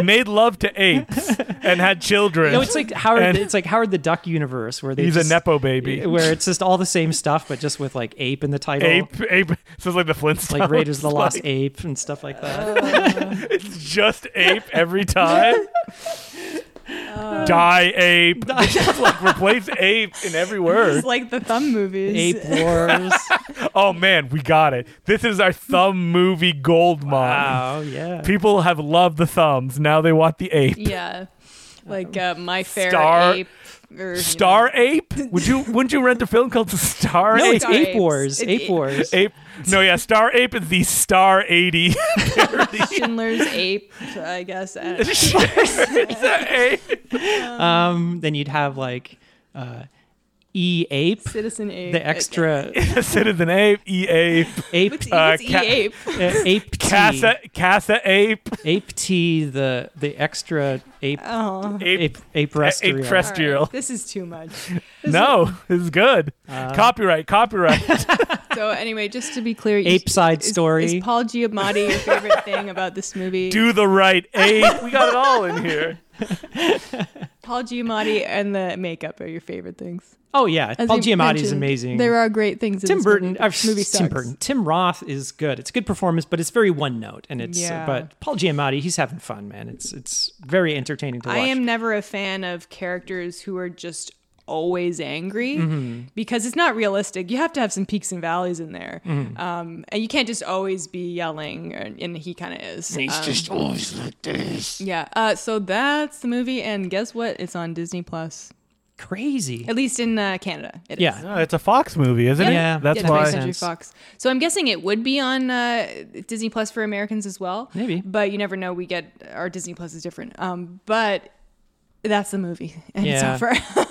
B: made love to apes and had children.
C: No, it's like Howard.
B: And-
C: it's like Howard the Duck universe where they
B: He's a
C: just-
B: nepo baby.
C: *laughs* where it's just all the same stuff, but just with like ape in the title,
B: ape, ape. So it's like the Flintstones.
C: like
B: *laughs*
C: Raiders of the Lost
B: like,
C: Ape and stuff like that.
B: It's just ape every time. Die ape. They just like replace ape in every word.
A: It's like the thumb movies.
C: *laughs*
B: *laughs*
C: ape Wars.
B: Oh man, we got it. This is our thumb movie gold mine.
C: Oh yeah.
B: People have loved the thumbs. Now they want the ape.
A: Yeah. Like uh, My Fair
B: Star-
A: Ape. Or, you know,
B: Star ape? Would you? Wouldn't you rent a film called Star
C: No,
B: Ape?
C: it's
A: Star
C: Ape
A: Apes.
C: Wars.
A: It's
C: Ape
A: ape-
C: Wars.
B: ape. No, yeah, Star Ape is the Star *laughs* 80.
A: Schindler's Ape, I guess. I don't know.
B: Is that ape?
C: Um, then you'd have like uh, E Ape,
A: Citizen Ape.
C: the extra
B: Citizen Ape, E Ape,
C: *laughs* ape,
A: It's, it's
B: uh,
A: E
B: cat-
A: Ape.
C: uh, ape T,
B: Casa, Casa Ape,
C: ape T, the the extra ape,
A: Oh.
B: Ape,
C: ape, ape
B: ape
C: restaurant.
B: Trest- Astriel.
A: This is too much.
B: No, this is good.
C: Uh,
B: copyright, copyright.
A: *laughs*
B: *laughs*
A: So anyway, just to be clear, you-
C: Ape Side
A: is,
C: Story.
A: Is Paul Giamatti your favorite thing about this
C: *laughs*
A: movie?
B: Do the right *laughs* ape. We got it all in here.
A: Paul Giamatti and the makeup are your favorite things.
C: oh yeah,
A: As
C: Paul
A: you
C: Giamatti
A: mentioned,
C: is amazing.
A: There are great things. in
C: Tim
A: this
C: Burton,
A: movie,
C: uh,
A: but this movie
C: Tim
A: sucks.
C: Burton, Tim Roth is good. It's a good performance, but it's very one note, and it's
A: Yeah.
C: but Paul Giamatti, he's having fun, man. It's it's very entertaining to watch.
A: I am never a fan of characters who are just always angry
C: Mm-hmm.
A: because it's not realistic. You have to have some peaks and valleys in there,
C: Mm-hmm.
A: um, and you can't just always be yelling. And, and he kind of is. He's just always like this. Yeah. Uh, so that's the movie, and guess what? It's on Disney Plus,
C: crazy.
A: at least in uh, Canada. It is.
C: Yeah.
B: No, it's a Fox movie, isn't it?
C: Yeah,
B: that's
C: yeah, that
B: why.
C: makes
A: Andrew
C: sense.
A: Fox. So I'm guessing it would be on uh, Disney Plus for Americans as well.
C: Maybe.
A: but you never know. We get our Disney Plus is different. Um, but that's the movie, *laughs* and
C: Yeah.
A: it's over.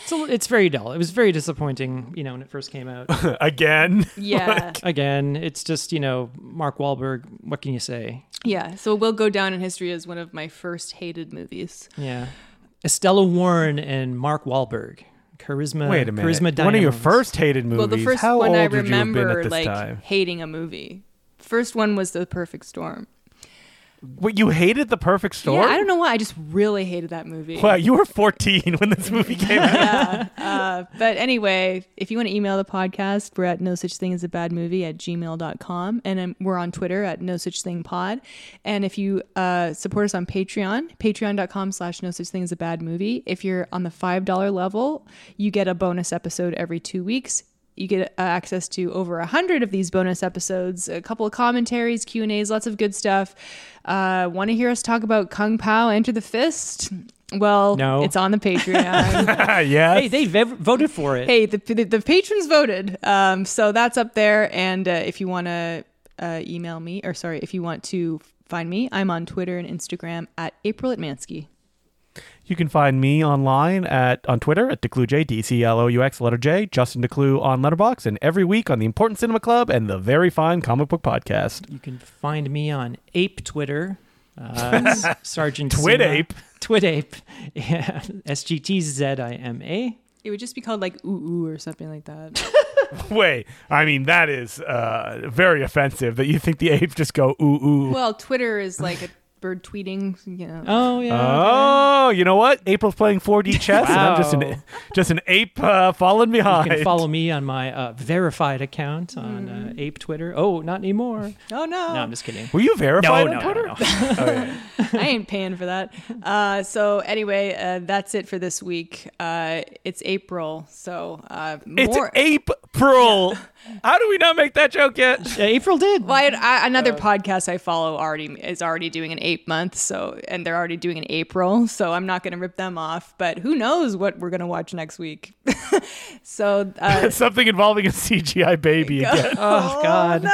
C: It's, a, it's very dull. It was very disappointing, you know, when it first
A: *laughs*
C: came out.
B: *laughs* Again.
A: Yeah.
C: Again, it's just you know Mark Wahlberg. What can you say?
A: yeah. So it will go down in history as one of my first hated movies.
C: Yeah,
A: *laughs*
C: Estella Warren and Mark Wahlberg, charisma.
B: Wait a minute.
C: charisma.
B: One of your
C: dynamos.
B: first hated movies.
A: Well, the first
B: How
A: one
B: old
A: I
B: would you have been at
A: remember
B: this
A: like
B: time?
A: hating a movie. First one was The Perfect Storm.
B: Wait, you hated The Perfect Storm?
A: Yeah, I don't know why. I just really hated that movie.
B: Wow, you were 14 when this movie came *laughs* out.
A: Uh, but anyway, if you want to email the podcast, we're at no such thing as a bad movie at gmail.com. And um, we're on Twitter at no such thing pod. And if you uh, support us on Patreon, patreon.com slash no such thing as a bad movie. If you're on the $5 level, you get a bonus episode every two weeks. You get uh, access to over a hundred of these bonus episodes, a couple of commentaries, Q and A's, lots of good stuff. Uh, Want to hear us talk about Kung Pao, Enter the Fist? Well,
C: No.
A: it's on the Patreon.
B: *laughs* yeah.
C: Hey, they v- voted for it.
A: hey the, the, the patrons voted um, so that's up there and uh, if you want to uh, email me or sorry if you want to find me i'm on twitter and instagram at april at mansky
B: You can find me online at on Twitter at DeCluJ, D E C L O U X letter J, Justin DeClue on Letterbox, and every week on the Important Cinema Club and the Very Fine Comic Book Podcast.
C: You can find me on Ape Twitter,
B: *laughs*
C: uh, Sergeant
B: Twit
C: Sima.
B: ape.
C: Twit Ape, *laughs* yeah, S G T Z I M A.
A: it would just be called like ooh ooh or something like that
C: *laughs*
B: Wait, I mean that is uh, very offensive that you think the apes just go ooh ooh.
A: well twitter is like a bird tweeting you know
C: Oh yeah.
B: Oh, you know what? April's playing *laughs* 4D chess, and I'm just
C: Wow.
B: an just an ape uh, falling behind.
C: You can follow me on my uh, verified account on uh,
B: Hmm.
C: Ape Twitter. Oh, not anymore.
A: oh no,
C: No, I'm just kidding.
B: Were you verified
C: No,
B: on
C: no,
B: Twitter?
C: no, *laughs*
B: Okay.
A: I ain't paying for that. Uh, so anyway, uh, that's it for this week. Uh, it's April, so uh,
B: It's
A: more.
B: ape pearl. How do we not make that joke yet?
C: *laughs* Uh, April did.
A: Well, I, I, another podcast I follow already is already doing an ape month, so and they're already doing an April, so I'm not going to rip them off. But who knows what we're going to watch next week? *laughs* so
B: *laughs*
A: uh, *laughs*
B: Something involving a CGI baby again.
C: Oh God.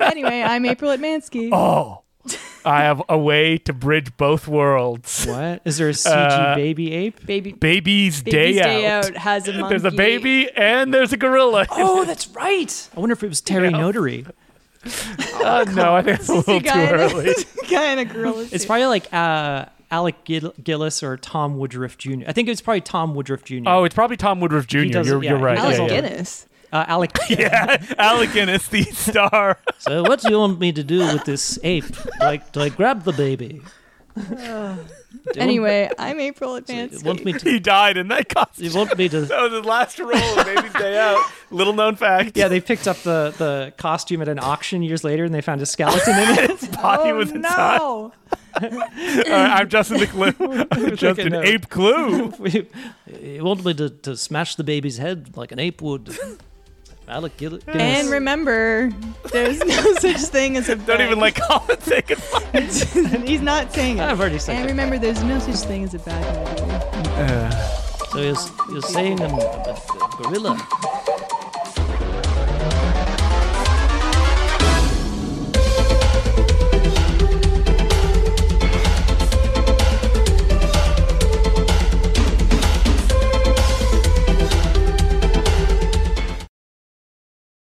A: anyway, I'm April at Mansky.
B: oh, I have a way to bridge both worlds.
C: What is there a CG
B: Uh,
C: baby ape?
A: Baby,
B: Baby's,
A: baby's
B: day, out.
A: has a monkey.
B: There's
A: *laughs*
B: a baby and there's a gorilla.
C: Oh, that's right. I wonder if it was Terry Notary. Oh,
B: Uh, no, I think it's a
A: It's
B: little
A: a
C: *laughs*
B: too
A: guy in a-
B: early.
A: *laughs* guy in a gorilla.
C: It's
A: suit.
C: probably like uh, Alec Gill- Gillis or Tom Woodruff Jr. I think it was probably Tom Woodruff Jr.
B: Oh, it's probably Tom Woodruff Jr.
C: does-
B: You're,
C: yeah,
B: you're
C: he
B: right.
C: does
A: Alec
C: yeah, yeah.
A: Guinness.
C: uh, Alec.
B: *laughs* yeah. Alec Guinness,
C: *laughs*
B: the star.
C: so what do you want me to do with this ape? Like, do I grab
A: *sighs*
C: the baby?
A: Anyway, I'm April Advance.
C: me to?
B: he died in that costume.
C: want me to?
B: That was his last role in Baby's Day Out. Little known fact.
C: *laughs* Yeah, they picked up the the costume at an auction years later, and they found a *laughs* skeleton in
B: *laughs*
C: it.
B: His body was inside.
A: Oh, no.
B: All right, I'm Justin the
C: *laughs*
B: Clue. I'm Justin
C: no.
B: Ape
C: *laughs*
B: Clue.
C: You want me to, to smash the baby's head like an ape would? Alec Gill- Guinness.
A: And remember,
B: *laughs*
A: there's no such thing as a.
B: Don't even like *laughs* comment. Say goodbye.
A: *laughs* He's not saying it.
C: I've already said
A: And
C: that.
A: remember, there's no such thing as a bad movie.
C: So you're, you're saying I'm a, a gorilla.